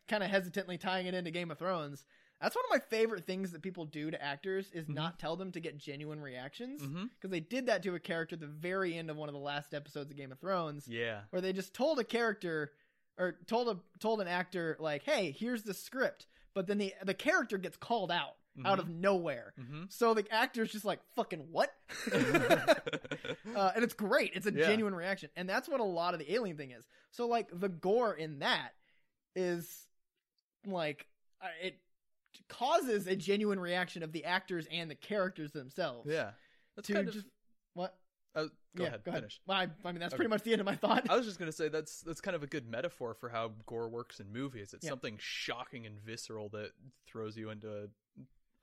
kind of hesitantly tying it into Game of Thrones. That's one of my favorite things that people do to actors is Mhm. not tell them to get genuine reactions because Mm-hmm. they did that to a character at the very end of one of the last episodes of Game of Thrones Yeah. where they just told a character or told a told an actor like, "Hey, here's the script," but then the the character gets called out out of nowhere. Mm-hmm. So the actor's just like, "Fucking what?" uh, and it's great. It's a Yeah. genuine reaction, and that's what a lot of the alien thing is. So like the gore in that is like uh, it causes a genuine reaction of the actors and the characters themselves. yeah. That's to kind of just what? uh, go yeah, ahead. go ahead. Finish. Well, I, I mean, that's Okay. Oh. pretty much the end of my thought. I was just gonna say that's that's kind of a good metaphor for how gore works in movies. It's Yeah. something shocking and visceral that throws you into an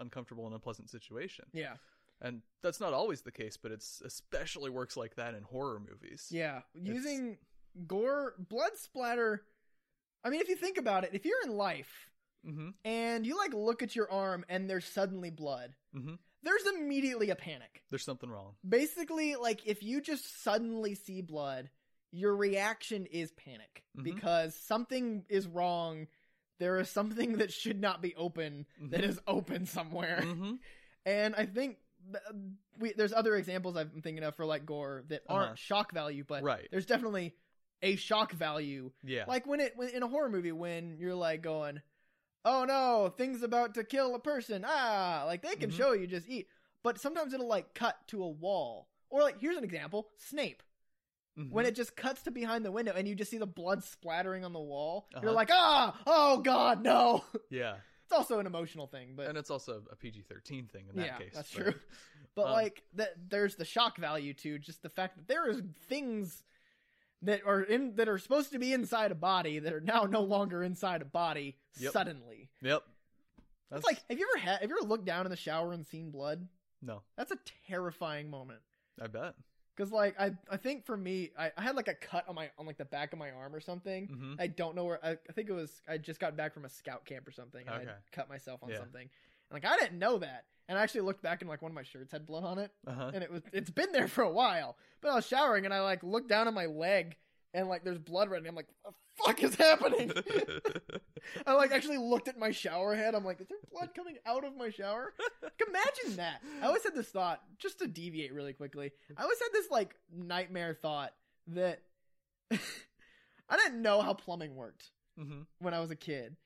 uncomfortable and unpleasant situation. yeah, And that's not always the case, but it's especially works like that in horror movies. yeah. Using gore, blood splatter. I mean, if you think about it, if you're in life hmm and you like look at your arm and there's suddenly blood, Mhm. there's immediately a panic. There's something wrong. basically like if you just suddenly see blood your reaction is panic Mhm. because something is wrong there is something that should not be open Mm-hmm. that is open somewhere Mhm. and i think th- we, there's other examples i'm thinking of for like gore that aren't Uh-huh. shock value but Right. there's definitely a shock value Yeah. like when it when, in a horror movie when you're like going oh no things about to kill a person ah like they can Mhm. show you just eat but sometimes it'll like cut to a wall or like here's an example snape Mhm. when it just cuts to behind the window and you just see the blood splattering on the wall Uh-huh. you're like ah oh god no yeah. it's also an emotional thing but And it's also a PG-13 thing in that Yeah, case. that's but- true. but um, like that there's the shock value to just the fact that there is things that are in that are supposed to be inside a body that are now no longer inside a body Yep. suddenly Yep. It's like have you ever had have you ever looked down in the shower and seen blood? no. That's a terrifying moment. I bet. Cause like I I think for me I, I had like a cut on my on like the back of my arm or something. hmm I don't know where I, I think it was I just got back from a scout camp or something and I Okay. cut myself on Yeah. something. And like I didn't know that. And I actually looked back and like one of my shirts had blood on it. Uh-huh. And it was it's been there for a while. But I was showering and I like looked down at my leg and like there's blood running. I'm like, what the fuck is happening? I like actually looked at my shower head. I'm like, is there blood coming out of my shower? Like, imagine that. I always had this thought, just to deviate really quickly. I always had this like nightmare thought that I didn't know how plumbing worked hmm when I was a kid.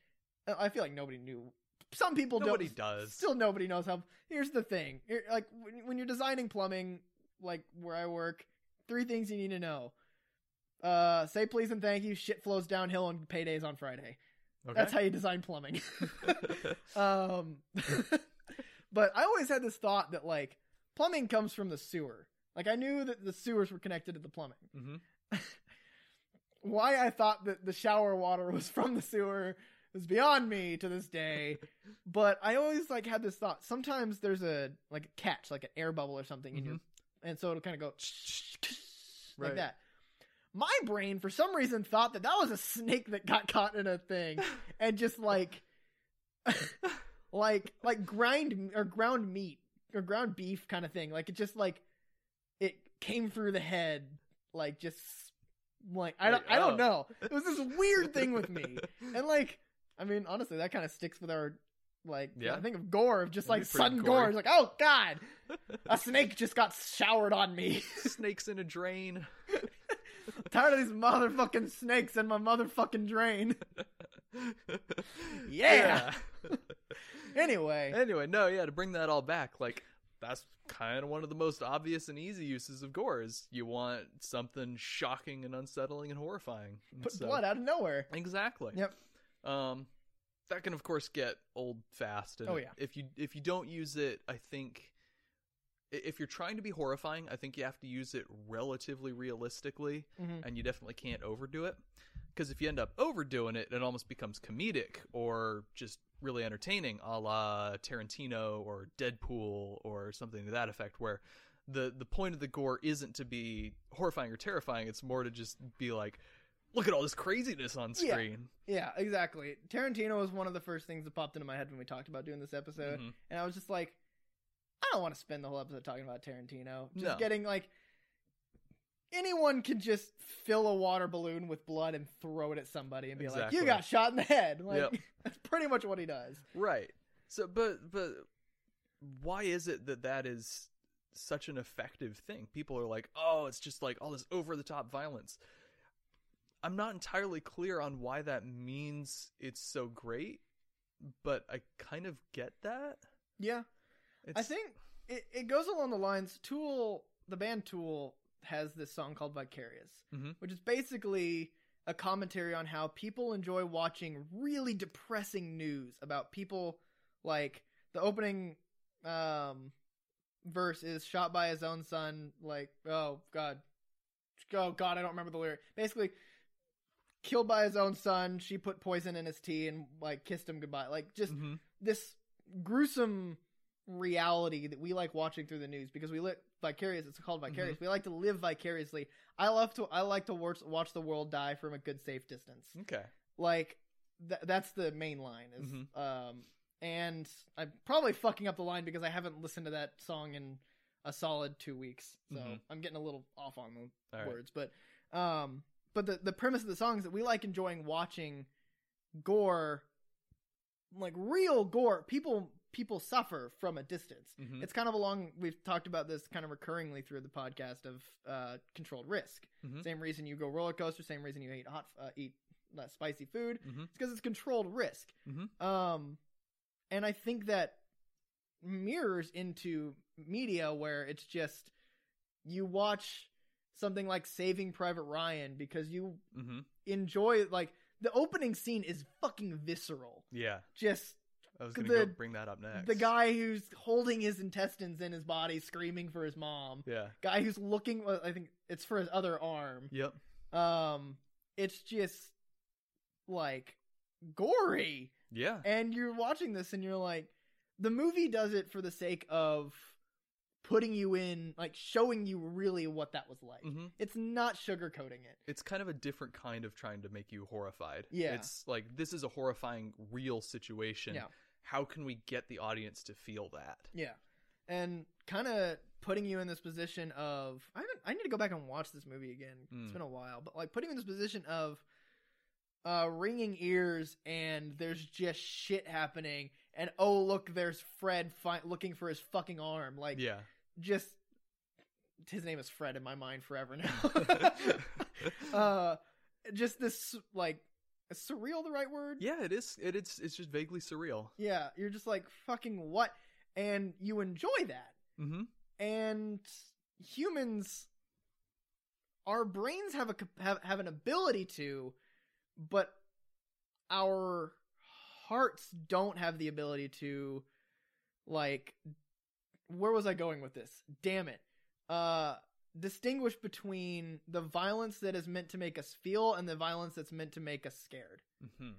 I I feel like nobody knew. Some people Nobody don't. does. Still, nobody knows how. Here's the thing: You're- like when- when you're designing plumbing, like where I work, three things you need to know. Uh, say please and thank you. Shit flows downhill on paydays on Friday. Okay. That's how you design plumbing. um, but I always had this thought that like plumbing comes from the sewer. Like I knew that the sewers were connected to the plumbing. hmm Why I thought that the shower water was from the sewer is beyond me to this day. but I always like had this thought. Sometimes there's a like a catch, like an air bubble or something in your, and so it'll kind of go like Right. that. My brain, for some reason, thought that that was a snake that got caught in a thing and just like, like, like grind or ground meat or ground beef kind of thing. Like it just like it came through the head, like just like I don't, Like, I don't oh. know. It was this weird thing with me, and like, I mean, honestly, that kind of sticks with our like. Yeah. I think of gore of just That'd like be pretty sudden gory. gore. It's like, oh god, a snake just got showered on me. Snakes in a drain. Tired of these motherfucking snakes in my motherfucking drain. Yeah. Yeah. Anyway, anyway, no, yeah, to bring that all back, like that's kind of one of the most obvious and easy uses of gore is you want something shocking and unsettling and horrifying. And put so- blood out of nowhere. Exactly. Yep. Um, that can of course get old fast. And Oh, yeah. If you if you don't use it, I think i- if you're trying to be horrifying, I think you have to use it relatively realistically, Mhm. and you definitely can't overdo it. Because if you end up overdoing it, it almost becomes comedic or just really entertaining, a la Tarantino or Deadpool or something to that effect, where the the point of the gore isn't to be horrifying or terrifying. It's more to just be like, look at all this craziness on Yeah. screen. Yeah, exactly. Tarantino was one of the first things that popped into my head when we talked about doing this episode, Mhm. and I was just like, I don't want to spend the whole episode talking about Tarantino. Just No. getting like anyone can just fill a water balloon with blood and throw it at somebody and be like, "You Exactly. got shot in the head." Like Yep. that's pretty much what he does. Right. So, but but why is it that that is such an effective thing? People are like, oh, it's just like all this over the top violence. I'm not entirely clear on why that means it's so great, but I kind of get that. Yeah. It's, I think it, it goes along the lines. Tool, the band Tool, has this song called Vicarious, Mhm. which is basically a commentary on how people enjoy watching really depressing news about people. Like the opening um, verse is shot by his own son. Like, oh god, oh god, I don't remember the lyric. Basically. Killed by his own son, she put poison in his tea and like kissed him goodbye. Like just Mhm. this gruesome reality that we like watching through the news because we live vicarious it's called vicarious we like to live vicariously i love to i like to watch, watch the world die from a good safe distance Okay. like th- that's the main line is Mhm. um and i'm probably fucking up the line because i haven't listened to that song in a solid two weeks so Mhm. i'm getting a little off on the All right. words, but um, but the the premise of the song is that we like enjoying watching gore, like real gore. People people suffer from a distance. Mhm. It's kind of along we've talked about this kind of recurringly through the podcast of uh, controlled risk. Mhm. Same reason you go roller coaster. Same reason you hate hot uh, eat less spicy food. Mhm. It's because it's controlled risk. Mhm. Um, and I think that mirrors into media where it's just you watch something like Saving Private Ryan because you Mhm. enjoy like the opening scene is fucking visceral. Yeah. Just I was gonna The- go bring that up next. the guy who's holding his intestines in his body, screaming for his mom. Yeah. Guy who's looking. well, I think it's for his other arm. Yep. Um, it's just like gory. Yeah. and you're watching this and you're like the movie does it for the sake of putting you in like showing you really what that was like Mhm. it's not sugarcoating it it's kind of a different kind of trying to make you horrified. Yeah. It's like this is a horrifying real situation. Yeah. How can we get the audience to feel that? yeah and kind of putting you in this position of I, haven't, I need to go back and watch this movie again it's Mm. been a while but like putting you in this position of uh ringing ears and there's just shit happening and oh look there's fred fi- looking for his fucking arm like yeah. just his name is Fred in my mind forever now. uh, just this like is surreal the right word? yeah, it is it is it's just vaguely surreal. Yeah, you're just like fucking what and you enjoy that. Mhm. And humans our brains have a cap- have, have an ability to but our hearts don't have the ability to like where was i going with this damn it uh distinguish between the violence that is meant to make us feel and the violence that's meant to make us scared Mhm.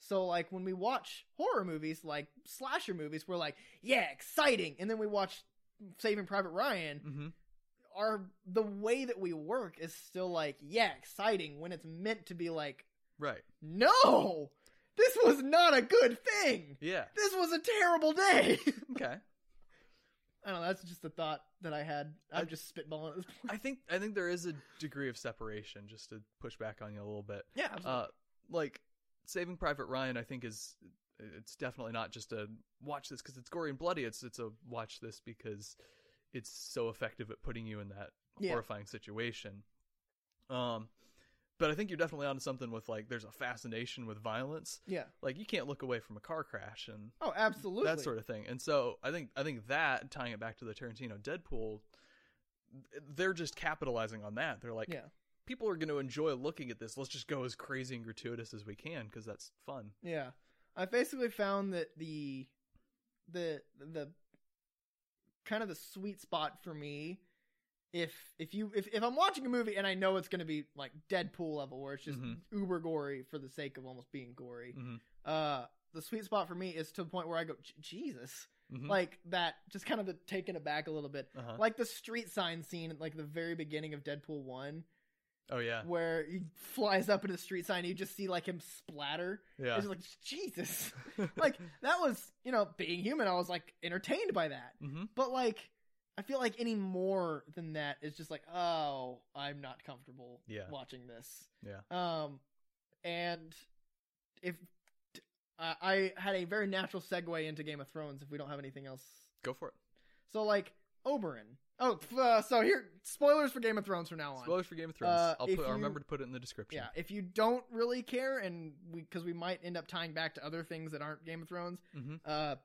so like when we watch horror movies like slasher movies we're like yeah exciting and then we watch saving private ryan Mhm. our the way that we work is still like yeah exciting when it's meant to be like Right. no this was not a good thing Yeah. this was a terrible day Okay. i don't know that's just a thought that i had i'm just spitballing at this point I think I think there is a degree of separation just to push back on you a little bit. yeah Uh like Saving Private Ryan I think is it's definitely not just a watch this cuz it's gory and bloody. It's it's a watch this because it's so effective at putting you in that yeah horrifying situation. Um, But I think you're definitely onto something with like there's a fascination with violence. Yeah. Like you can't look away from a car crash and Oh, absolutely. that sort of thing. And so I think I think that tying it back to the Tarantino Deadpool, they're just capitalizing on that. They're like, Yeah. people are going to enjoy looking at this. Let's just go as crazy and gratuitous as we can because that's fun. Yeah, I basically found that the the the kind of the sweet spot for me if if you if, if I'm watching a movie and I know it's going to be like Deadpool level where it's just Mhm. uber gory for the sake of almost being gory. Mhm. Uh the sweet spot for me is to the point where I go "J- Jesus. Mhm. Like that just kind of the taking it back a little bit. Uh-huh. Like the street sign scene at like the very beginning of Deadpool 1 oh yeah, where he flies up into the street sign and you just see like him splatter. yeah. It's like Jesus. like that was you know being human i was like entertained by that hmm but like i feel like any more than that is just like oh i'm not comfortable Yeah. watching this Yeah. um and if I i had a very natural segue into game of thrones if we don't have anything else Go for it. so like oberon oh f- uh, so here spoilers for game of thrones from now on Spoilers for Game of Thrones. Uh, I'll if put. I'll you- remember to put it in the description. yeah if you don't really care and we because we might end up tying back to other things that aren't game of thrones Mm-hmm. uh,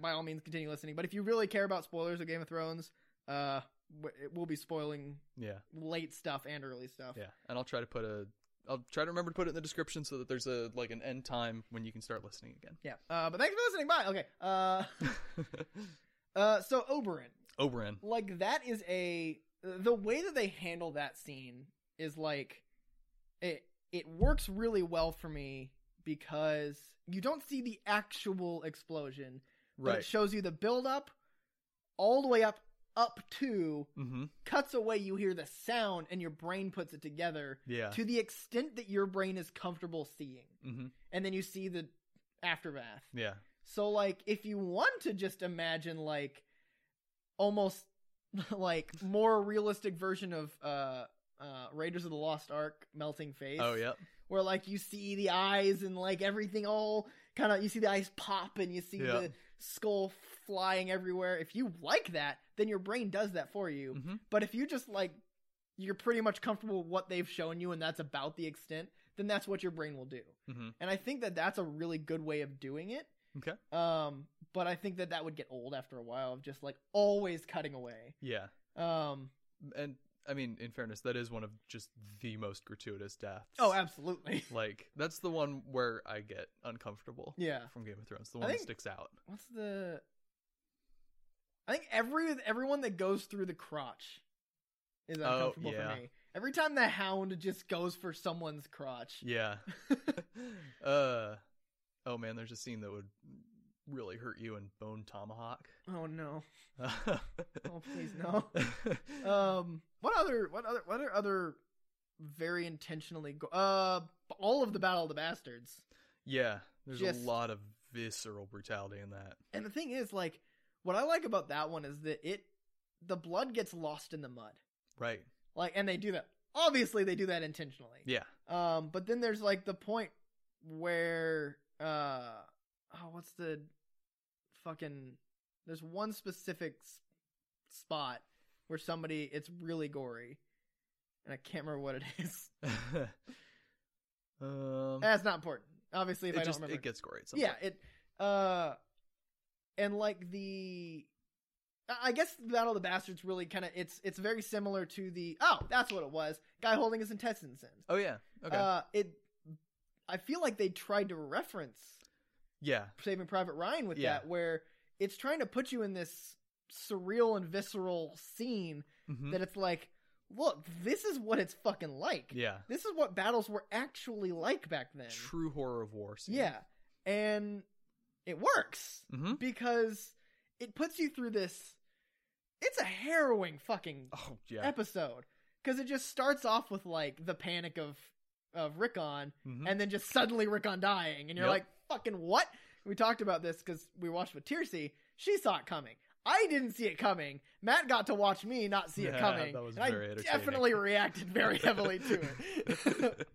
by all means, continue listening. But if you really care about spoilers of Game of Thrones, uh, w- it- we'll be spoiling Yeah. late stuff and early stuff. Yeah. And I'll try to put a. I'll try to remember to put it in the description so that there's a like an end time when you can start listening Yeah. Uh, but thanks for listening. Bye. Okay. Uh, again. uh, so Oberon, Oberon. like that is a the way that they handle that scene is like it it works really well for me because you don't see the actual explosion, but Right. it shows you the build up all the way up up to mm-hmm. cuts away, you hear the sound, and your brain puts it together Yeah. to the extent that your brain is comfortable seeing. Mm-hmm. And then you see the aftermath. Yeah. So, like, if you want to just imagine, like, almost like more realistic version of uh, uh, Raiders of the Lost Ark melting face. Oh yeah. Where, like, you see the eyes and, like, everything all kind of, you see the eyes pop and you see Yeah. the skull flying everywhere. If you like that, then your brain does that for you. Mm-hmm. But if you just like you're pretty much comfortable with what they've shown you and that's about the extent, then that's what your brain will do. Mhm. And I think that that's a really good way of doing it. Okay. Um but I think that that would get old after a while of just like always cutting away. Yeah. Um And I mean, in fairness, that is one of just the most gratuitous deaths. oh, absolutely. Like that's the one where I get uncomfortable. yeah. From Game of Thrones, the I one think- that sticks out. What's the I think every everyone that goes through the crotch is Oh, uncomfortable yeah. for me. Every time the hound just goes for someone's crotch. Yeah. uh. Oh man, there's a scene that would really hurt you in Bone Tomahawk. Oh no. oh please, no. Uh, Um, what other, what other, what are other very intentionally? Go- uh, all of the Battle of the Bastards. yeah, there's just- a lot of visceral brutality in that. And the thing is, like, what I like about that one is that it, the blood gets lost in the mud. Right. Like, and they do that. Obviously, they do that intentionally. Yeah. Um, but then there's like the point where, uh, oh, what's the fucking? There's one specific s- spot where somebody it's really gory, and I can't remember what it is. um. That's not important. Obviously, if I it don't just remember, it gets gory. At some yeah, point. it. Uh, and like the, I- I guess the Battle of the Bastards really kind of it's it's very similar to the oh that's what it was guy holding his intestines in. Oh yeah. Okay. Uh, it, I feel like they tried to reference yeah. Saving Private Ryan with Yeah. that, where it's trying to put you in this surreal and visceral scene Mhm. that it's like, look, this is what it's fucking like. Yeah. This is what battles were actually like back then. True horror of war. Scene. Yeah. And it works Mm-hmm. because it puts you through this. It's a harrowing fucking Oh yeah. episode because it just starts off with like the panic of of Rickon Mhm. and then just suddenly Rickon dying and you're Yep. like fucking what? We talked about this because we watched with Tiersey. She saw it coming. I didn't see it coming. Matt got to watch me not see it Yeah, coming. that was and very I entertaining. definitely reacted very heavily to it.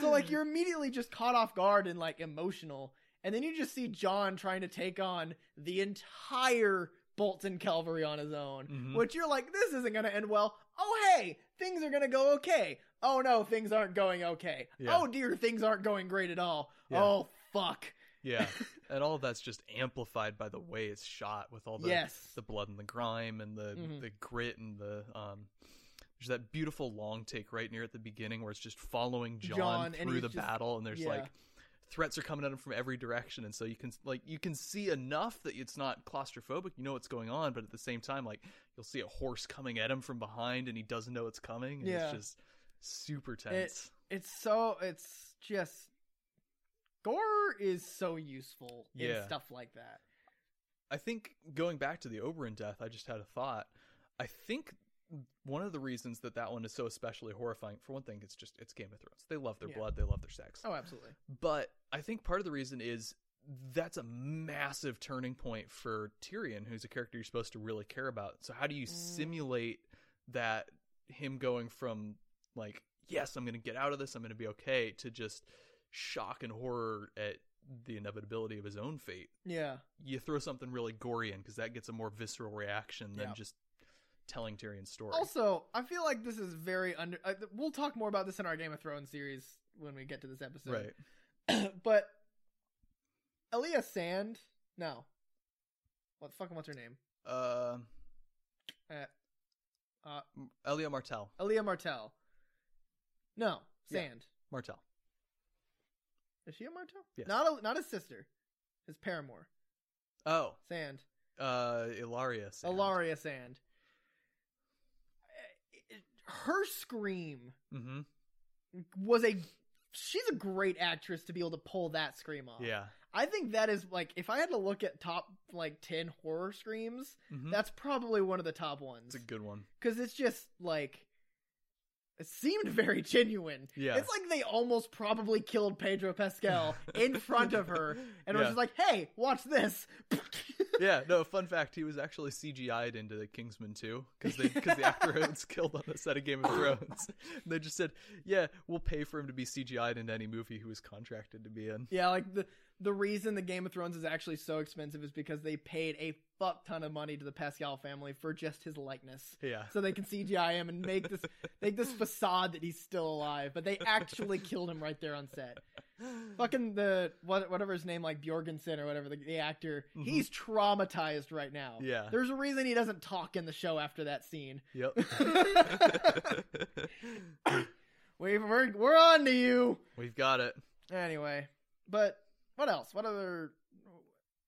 So like you're immediately just caught off guard and like emotional, and then you just see John trying to take on the entire Bolton Calvary on his own, Mhm. which you're like, this isn't gonna end well. Oh hey, things are gonna go okay. Oh no, things aren't going okay. Yeah. Oh dear, things aren't going great at all. Yeah. Oh fuck. Yeah, and all that's just amplified by the way it's shot with all the yes. the blood and the grime and the Mhm. the grit and the um. There's that beautiful long take right near at the beginning where it's just following John, John, and through he's the just- battle, and there's yeah. like threats are coming at him from every direction, and so you can like you can see enough that it's not claustrophobic. You know what's going on, but at the same time, like you'll see a horse coming at him from behind, and he doesn't know it's coming. And Yeah. It's just super tense. it's so it's just gore is so useful in Yeah. stuff like that. I think going back to the Oberyn death, I just had a thought. I think one of the reasons that that one is so especially horrifying, for one thing, it's just it's Game of Thrones. They love their Yeah. blood, they love their sex. Oh, absolutely. But I think part of the reason is that's a massive turning point for Tyrion, who's a character you're supposed to really care about. So how do you Mm. simulate that him going from like, yes, I'm going to get out of this, I'm going to be okay, to just shock and horror at the inevitability of his own fate? Yeah. you throw something really gory in because that gets a more visceral reaction than Yeah. just telling Tyrion's story. Also, I feel like this is very under. Uh, we'll talk more about this in our Game of Thrones series when we get to this episode. right. but Elia Sand, no. What fucking what's her name? Uh, Uh, uh, M- Elia Martell. Elia Martell. No, Yeah. Sand. Martell. Is she a Martell? Yes. Not a, not his sister. His paramour. Oh, Sand. uh, Ilaria. Sand. Ilaria Sand. Her scream Mm-hmm. was a she's a great actress to be able to pull that scream off. Yeah. I think that is like if I had to look at top like 10 horror screams, hmm that's probably one of the top ones. That's a good one. Cuz it's just like it seemed very genuine. Yeah. It's like they almost probably killed Pedro Pascal in front of her and was just like, "Hey, watch this." yeah. No. Fun fact: He was actually CGI'd into the Kingsman 2 because they because the actor was killed on the set of Game of Thrones. And they just said, "Yeah, we'll pay for him to be CGI'd into any movie he was contracted to be in." Yeah, like the the reason the Game of Thrones is actually so expensive is because they paid a fuck ton of money to the Pascal family for just his likeness. Yeah. So they can CGI him and make this make this facade that he's still alive, but they actually killed him right there on set. Fucking the what, whatever his name like Bjorgensen or whatever the, the actor, Mhm. he's traumatized right now. Yeah. There's a reason he doesn't talk in the show after that scene. Yep. We we're we're on to you. We've got it. Anyway, but what else? What other?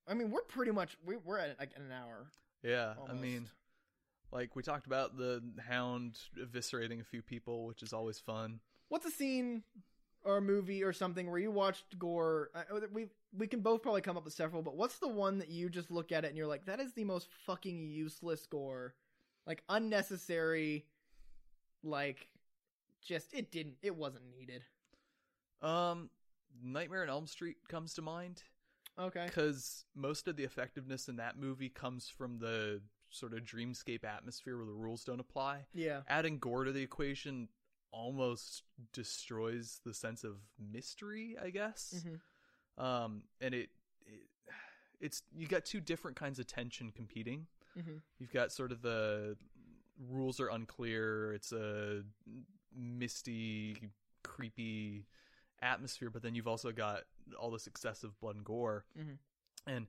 I mean, we're pretty much we, we're at like an hour. Yeah. I Almost. mean, like we talked about the hound eviscerating a few people, which is always fun. What's a scene or a movie or something where you watched gore? I, oh, we we can both probably come up with several, but what's the one that you just look at it and you're like, that is the most fucking useless gore, like unnecessary, like just it didn't it wasn't needed. Um, Nightmare on Elm Street comes to mind Okay. because most of the effectiveness in that movie comes from the sort of dreamscape atmosphere where the rules don't apply. Yeah. Adding gore to the equation almost destroys the sense of mystery, I guess. Mhm. um, and it, it it's you got two different kinds of tension competing. Mhm. You've got sort of the rules are unclear. It's a misty, creepy atmosphere, but then you've also got all this excessive blood and gore, Mhm. and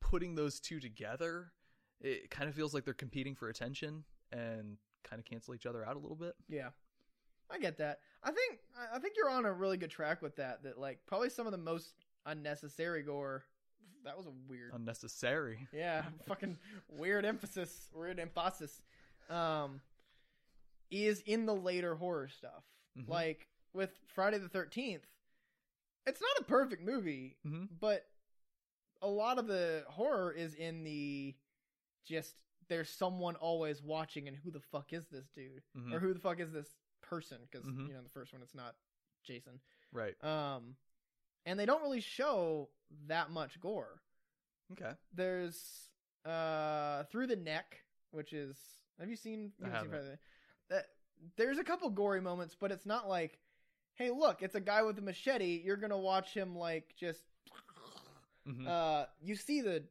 putting those two together, it kind of feels like they're competing for attention and kind of cancel each other out a little bit. Yeah, I get that. I think I- I think you're on a really good track with that. That like probably some of the most unnecessary gore. That was a weird, Unnecessary. yeah, fucking weird emphasis, weird emphasis. Um, is in the later horror stuff, Mhm. like with Friday the Thirteenth. It's not a perfect movie, hmm but a lot of the horror is in the just there's someone always watching and who the fuck is this dude hmm or who the fuck is this person? Because Mhm. you know, the first one, it's not Jason. Right. Um, and they don't really show that much gore. Okay. There's uh through the neck, which is have you seen? you I haven't seen Friday the- that there's a couple gory moments, but it's not like, hey, look, it's a guy with a machete. You're gonna watch him like just. hmm Mm-hmm. Mm. Uh, you see the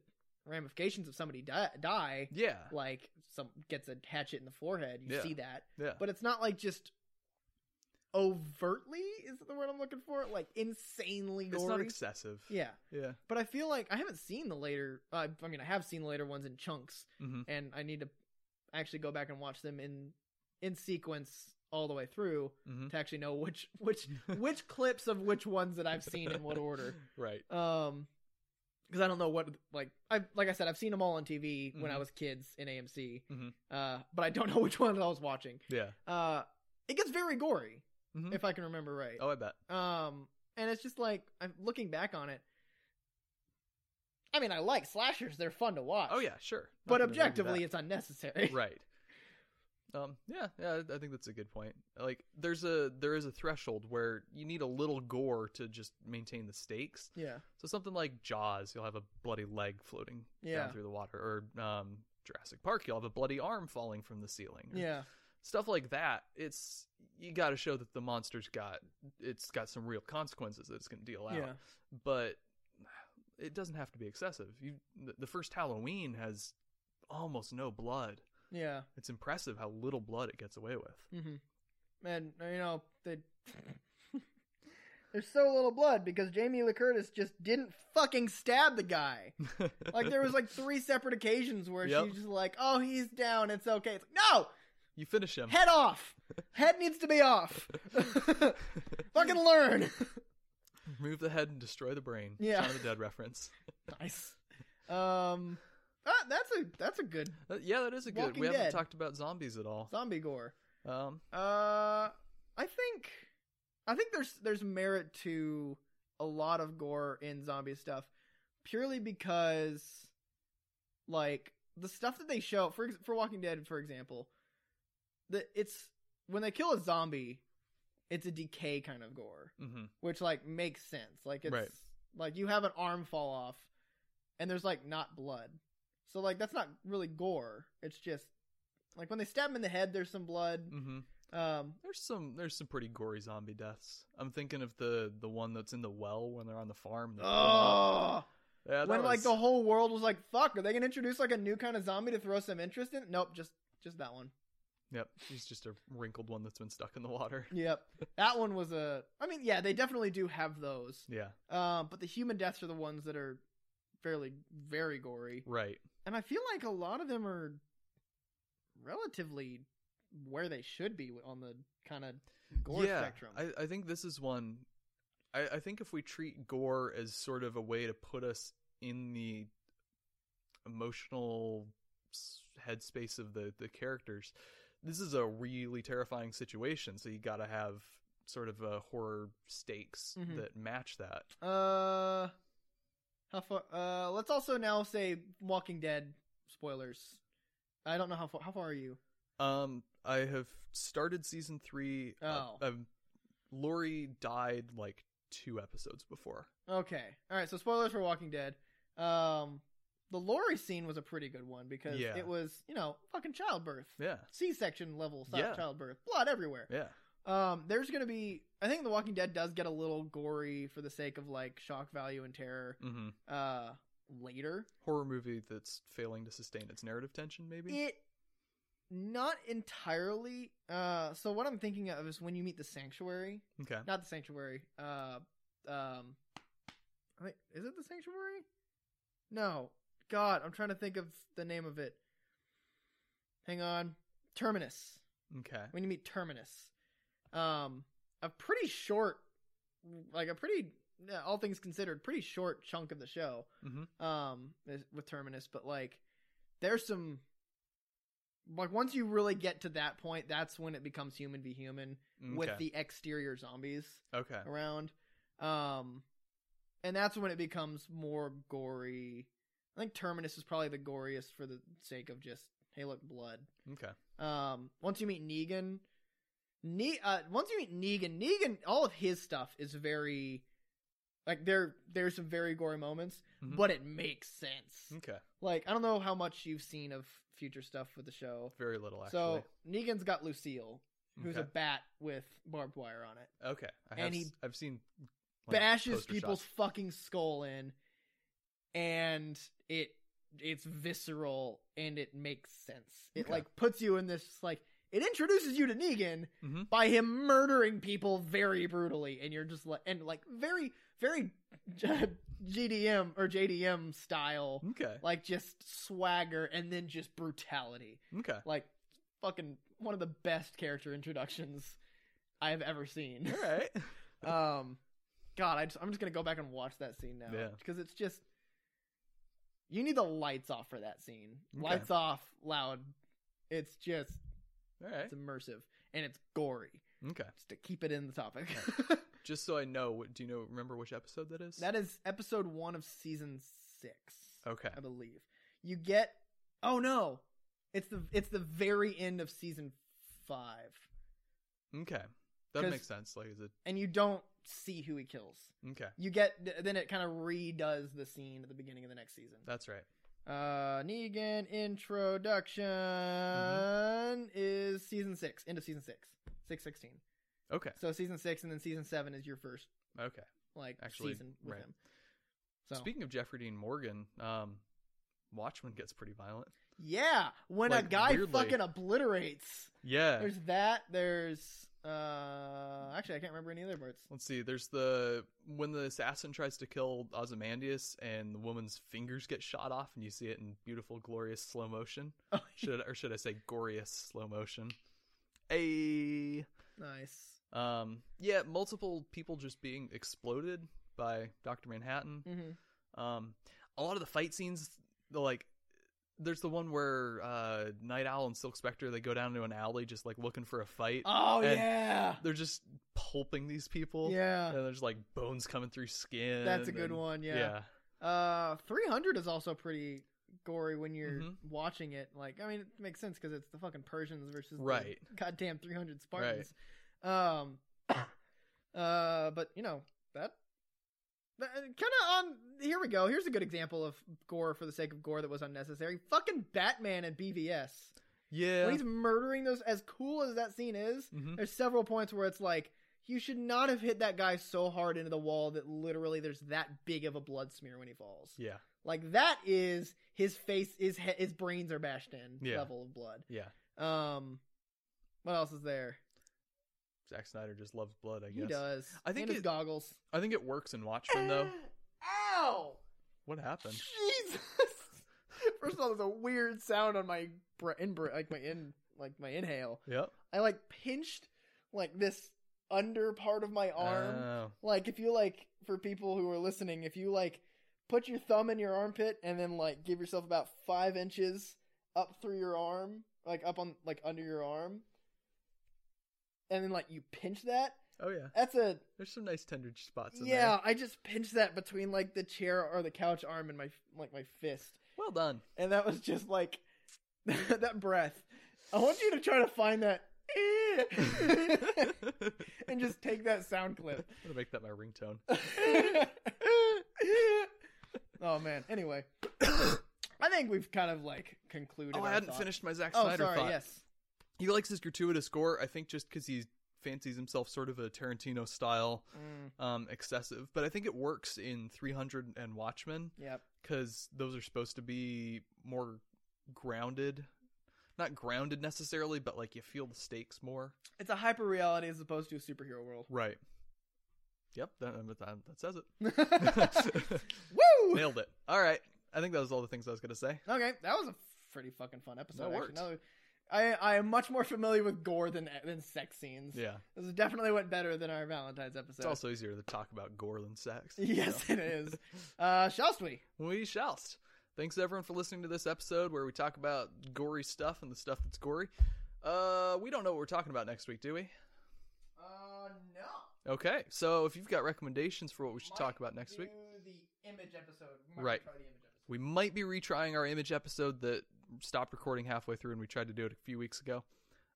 ramifications of somebody die, die yeah. like some gets a hatchet in the forehead. You Yeah. see that, Yeah. but it's not like just overtly is the word I'm looking for, like insanely it's not gory. excessive. yeah, Yeah. but I feel like I haven't seen the later. Uh, I mean, I have seen the later ones in chunks, hmm and I need to actually go back and watch them in in sequence all the way through Mhm. to actually know which which Mm-hmm. which clips of which ones that I've seen in what order. Right. Um, because I don't know what like I like I said I've seen them all on TV when I Mhm. was kids in AMC. Mhm. Uh, but I don't know which one that I was watching. Yeah. Uh, it gets very gory Mhm. if I can remember right. Oh, I bet. Um, and it's just like I'm looking back on it. I mean, I like slashers; they're fun to watch. Oh yeah, sure. but Not gonna argue objectively, that. it's unnecessary. right um yeah yeah i I think that's a good point like there's a there is a threshold where you need a little gore to just maintain the stakes Yeah, so something like jaws you'll have a bloody leg floating Yeah. down through the water or um jurassic park you'll have a bloody arm falling from the ceiling or yeah, stuff like that it's you got to show that the monster's got it's got some real consequences that it's going to deal out yeah, but it doesn't have to be excessive you the- the first halloween has almost no blood yeah. it's impressive how little blood it gets away with. Mm-hmm. And you know they. There's so little blood because Jamie Lee Curtis just didn't fucking stab the guy. Like there was like three separate occasions where Yep. she's just like, "Oh, he's down. It's okay." It's like, you finish no, him. head off. Head needs to be off. fucking learn. Remove the head and destroy the brain. Yeah. Shaun of the Dead reference. nice. Um, ah, that's a that's a good Uh, yeah, that is a good. Walking we haven't Dead. talked about zombies at all. zombie gore. Um, Uh, I think, I think there's there's merit to a lot of gore in zombie stuff, purely because, like the stuff that they show for ex- for Walking Dead, for example, that it's when they kill a zombie, it's a decay kind of gore, mhm. which like makes sense. Like it's Right. like you have an arm fall off, and there's like not blood, so like that's not really gore. It's just like when they stab him in the head, there's some blood. Mhm. Um, There's some there's some pretty gory zombie deaths. I'm thinking of the the one that's in the well when they're on the farm. Oh, yeah, that when like was- the whole world was like, "Fuck, are they gonna introduce like a new kind of zombie to throw some interest in?" Nope, just just that one. Yep, he's just a wrinkled one that's been stuck in the water. Yep, that one was a. I mean, yeah, they definitely do have those. Yeah, Um, but the human deaths are the ones that are fairly very gory, right. and I feel like a lot of them are relatively where they should be on the kind of gore yeah, spectrum. I, I think this is one. I, I think if we treat gore as sort of a way to put us in the emotional s- headspace of the the characters, this is a really terrifying situation. So you got to have sort of a horror stakes Mhm. that match that. uh, how far? Uh, let's also now say Walking Dead spoilers. I don't know how far. How far are you? Um, I have started season three. Oh. Uh, um, Lori died like two episodes before. Okay. All right. So spoilers for Walking Dead. Um, the Lori scene was a pretty good one because Yeah. it was you know fucking childbirth, Yeah, C-section level si- Yeah. childbirth, blood everywhere. yeah, Um, there's gonna be. I think The Walking Dead does get a little gory for the sake of like shock value and terror. hmm Uh, later horror movie that's failing to sustain its narrative tension maybe it not entirely. Uh, so what I'm thinking of is when you meet the Sanctuary, okay not the Sanctuary. Uh, um, I think is it the Sanctuary? No, God, I'm trying to think of the name of it. Hang on, Terminus. okay When you meet Terminus, um, a pretty short, like a pretty, yeah, all things considered, pretty short chunk of the show, Mhm. um, is- with Terminus. But like, there's some, like once you really get to that point, that's when it becomes human v human with Okay. the exterior zombies okay around. Um, and that's when it becomes more gory. I think Terminus is probably the goriest for the sake of just hey, look, blood. okay Um, once you meet Negan, ne- uh, once you meet Negan, Negan, all of his stuff is very like there. There's some very gory moments, Mhm. but it makes sense. okay Like I don't know how much you've seen of future stuff with the show. very little actually So Negan's got Lucille, who's a okay, bat with barbed wire on it. okay. I have, and he s- i've seen like, bashes poster people's shots. fucking skull in, and it it's visceral and it makes sense. It Okay. like puts you in this like it introduces you to Negan Mhm. by him murdering people very brutally, and you're just like and like very very GDM or JDM style, Okay. like just swagger and then just brutality. Okay. Like fucking one of the best character introductions I have ever seen All right. um god I just, i'm just gonna go back and watch that scene now Yeah. because it's just you need the lights off for that scene Okay. lights off loud it's just All right. it's immersive and it's gory Okay. just to keep it in the topic Just so I know, what do you know? Remember which episode that is? that is episode one of season six Okay. i believe you get oh no it's the it's the very end of season five Okay. That 'Cause- makes sense. Like, is it and you don't see who he kills okay? you get then it kind of redoes the scene at the beginning of the next season That's right. Uh, Negan introduction Mm-hmm. is season six, end of season six, six sixteen. Okay. So season six, and then season seven is your first Okay. like Actually, season with right. him. So Speaking of Jeffrey Dean Morgan, um, Watchmen gets pretty violent. yeah, when a Like, guy weirdly. fucking obliterates, Yeah. there's that. There's uh, actually I can't remember any other parts. Let's see. There's the when the assassin tries to kill Ozymandias and the woman's fingers get shot off, and you see it in beautiful, glorious slow motion. Oh, Should or should I say, glorious slow motion? A. nice. Um. Yeah. Multiple people just being exploded by Doctor Manhattan. hmm Um. A lot of the fight scenes, the, like, there's the one where uh, Night Owl and Silk Spectre they go down to an alley just like looking for a fight. Oh And- yeah, They're just pulping these people. yeah. And there's like bones coming through skin. That's a good and- one. Yeah. Uh, 300 is also pretty gory when you're Mhm. watching it. Like, I mean, it makes sense because it's the fucking Persians versus the Right. goddamn 300 Spartans. Um, uh, but you know that, that kind of on. Here we go. Here's a good example of gore for the sake of gore that was unnecessary. Fucking Batman and BVS Yeah. when he's murdering those. As cool as that scene is, Mhm. there's several points where it's like. You should not have hit that guy so hard into the wall that literally there's that big of a blood smear when he falls. Yeah. Like that is his face is he- his brains are bashed in Yeah. level of blood. Yeah. Um, what else is there? Zack Snyder just loves blood, I He guess. does. Eh. I think and his it- goggles. I think it works in Watchmen though. Ow! What happened? Jesus! First of all, there's a weird sound on my br- in br- like my in like my inhale. Yep. I like pinched like this under part of my arm. Oh. Like if you like for people who are listening, if you like put your thumb in your armpit and then like give yourself about five inches up through your arm, like up on like under your arm, and then like you pinch that. Oh, yeah. That's a There's some nice tender spots in yeah. there. I just pinched that between like the chair or the couch arm and my like my fist, Well done. and that was just like that breath. I want you to try to find that. and just take that sound clip. I'm gonna make that my ringtone. oh man. Anyway, I think we've kind of like concluded. Oh, our I hadn't thought. finished my Zack Oh, Snyder sorry. thought. Yes. He likes his gratuitous gore, I think, just because he fancies himself sort of a Tarantino style, Mm, um, excessive. But I think it works in 300 and Watchmen. yep. because those are supposed to be more grounded not grounded necessarily but like you feel the stakes more It's a hyper reality as opposed to a superhero world. right yep that, that, that says Woo! it nailed it all right i think that was all the things i was going to say Okay, that was a pretty fucking fun episode. That actually. worked. No, I I am much more familiar with gore than than sex scenes. yeah This definitely went better than our Valentine's episode. it's also easier to talk about gore than sex yes, so. it is. Uh, shall we? we shall thanks everyone for listening to this episode where we talk about gory stuff and the stuff that's gory uh we don't know what we're talking about next week do we Uh, no. okay so if you've got recommendations for what we should talk about next week The image episode. might Right. the image episode. We might be retrying our image episode that stopped recording halfway through and we tried to do it a few weeks ago.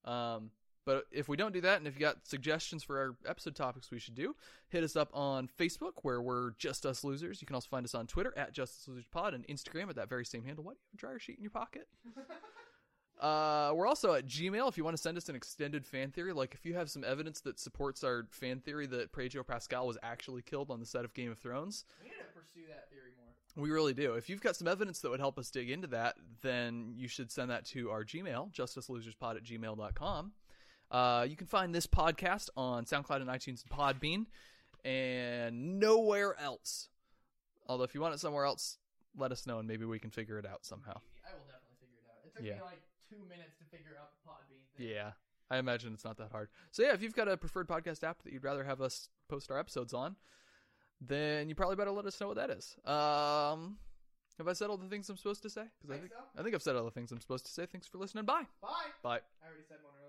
Um, but if we don't do that, and if you got suggestions for our episode topics we should do, hit us up on Facebook where we're Just Us Losers. You can also find us on Twitter at Justice Losers Pod and Instagram at that very same handle. Why do you have a dryer sheet in your pocket? Uh, we're also at Gmail if you want to send us an extended fan theory. Like if you have some evidence that supports our fan theory that Prejo Pascal was actually killed on the set of Game of Thrones, We need to pursue that theory more. We really do. If you've got some evidence that would help us dig into that, then you should send that to our Gmail, justiceloserspod at gmail.com. Uh, you can find this podcast on SoundCloud and iTunes and Podbean and nowhere else. Although, if you want it somewhere else, let us know and maybe we can figure it out somehow. I will definitely figure it out. It took Yeah. me like two minutes to figure out the Podbean thing. Yeah, I imagine it's not that hard. So, yeah, if you've got a preferred podcast app that you'd rather have us post our episodes on, then you probably better let us know what that is. Um, have I said all the things I'm supposed to say? 'Cause I Think so? I think I've said all the things I'm supposed to say. Thanks for listening. Bye. Bye. Bye. I already said one earlier.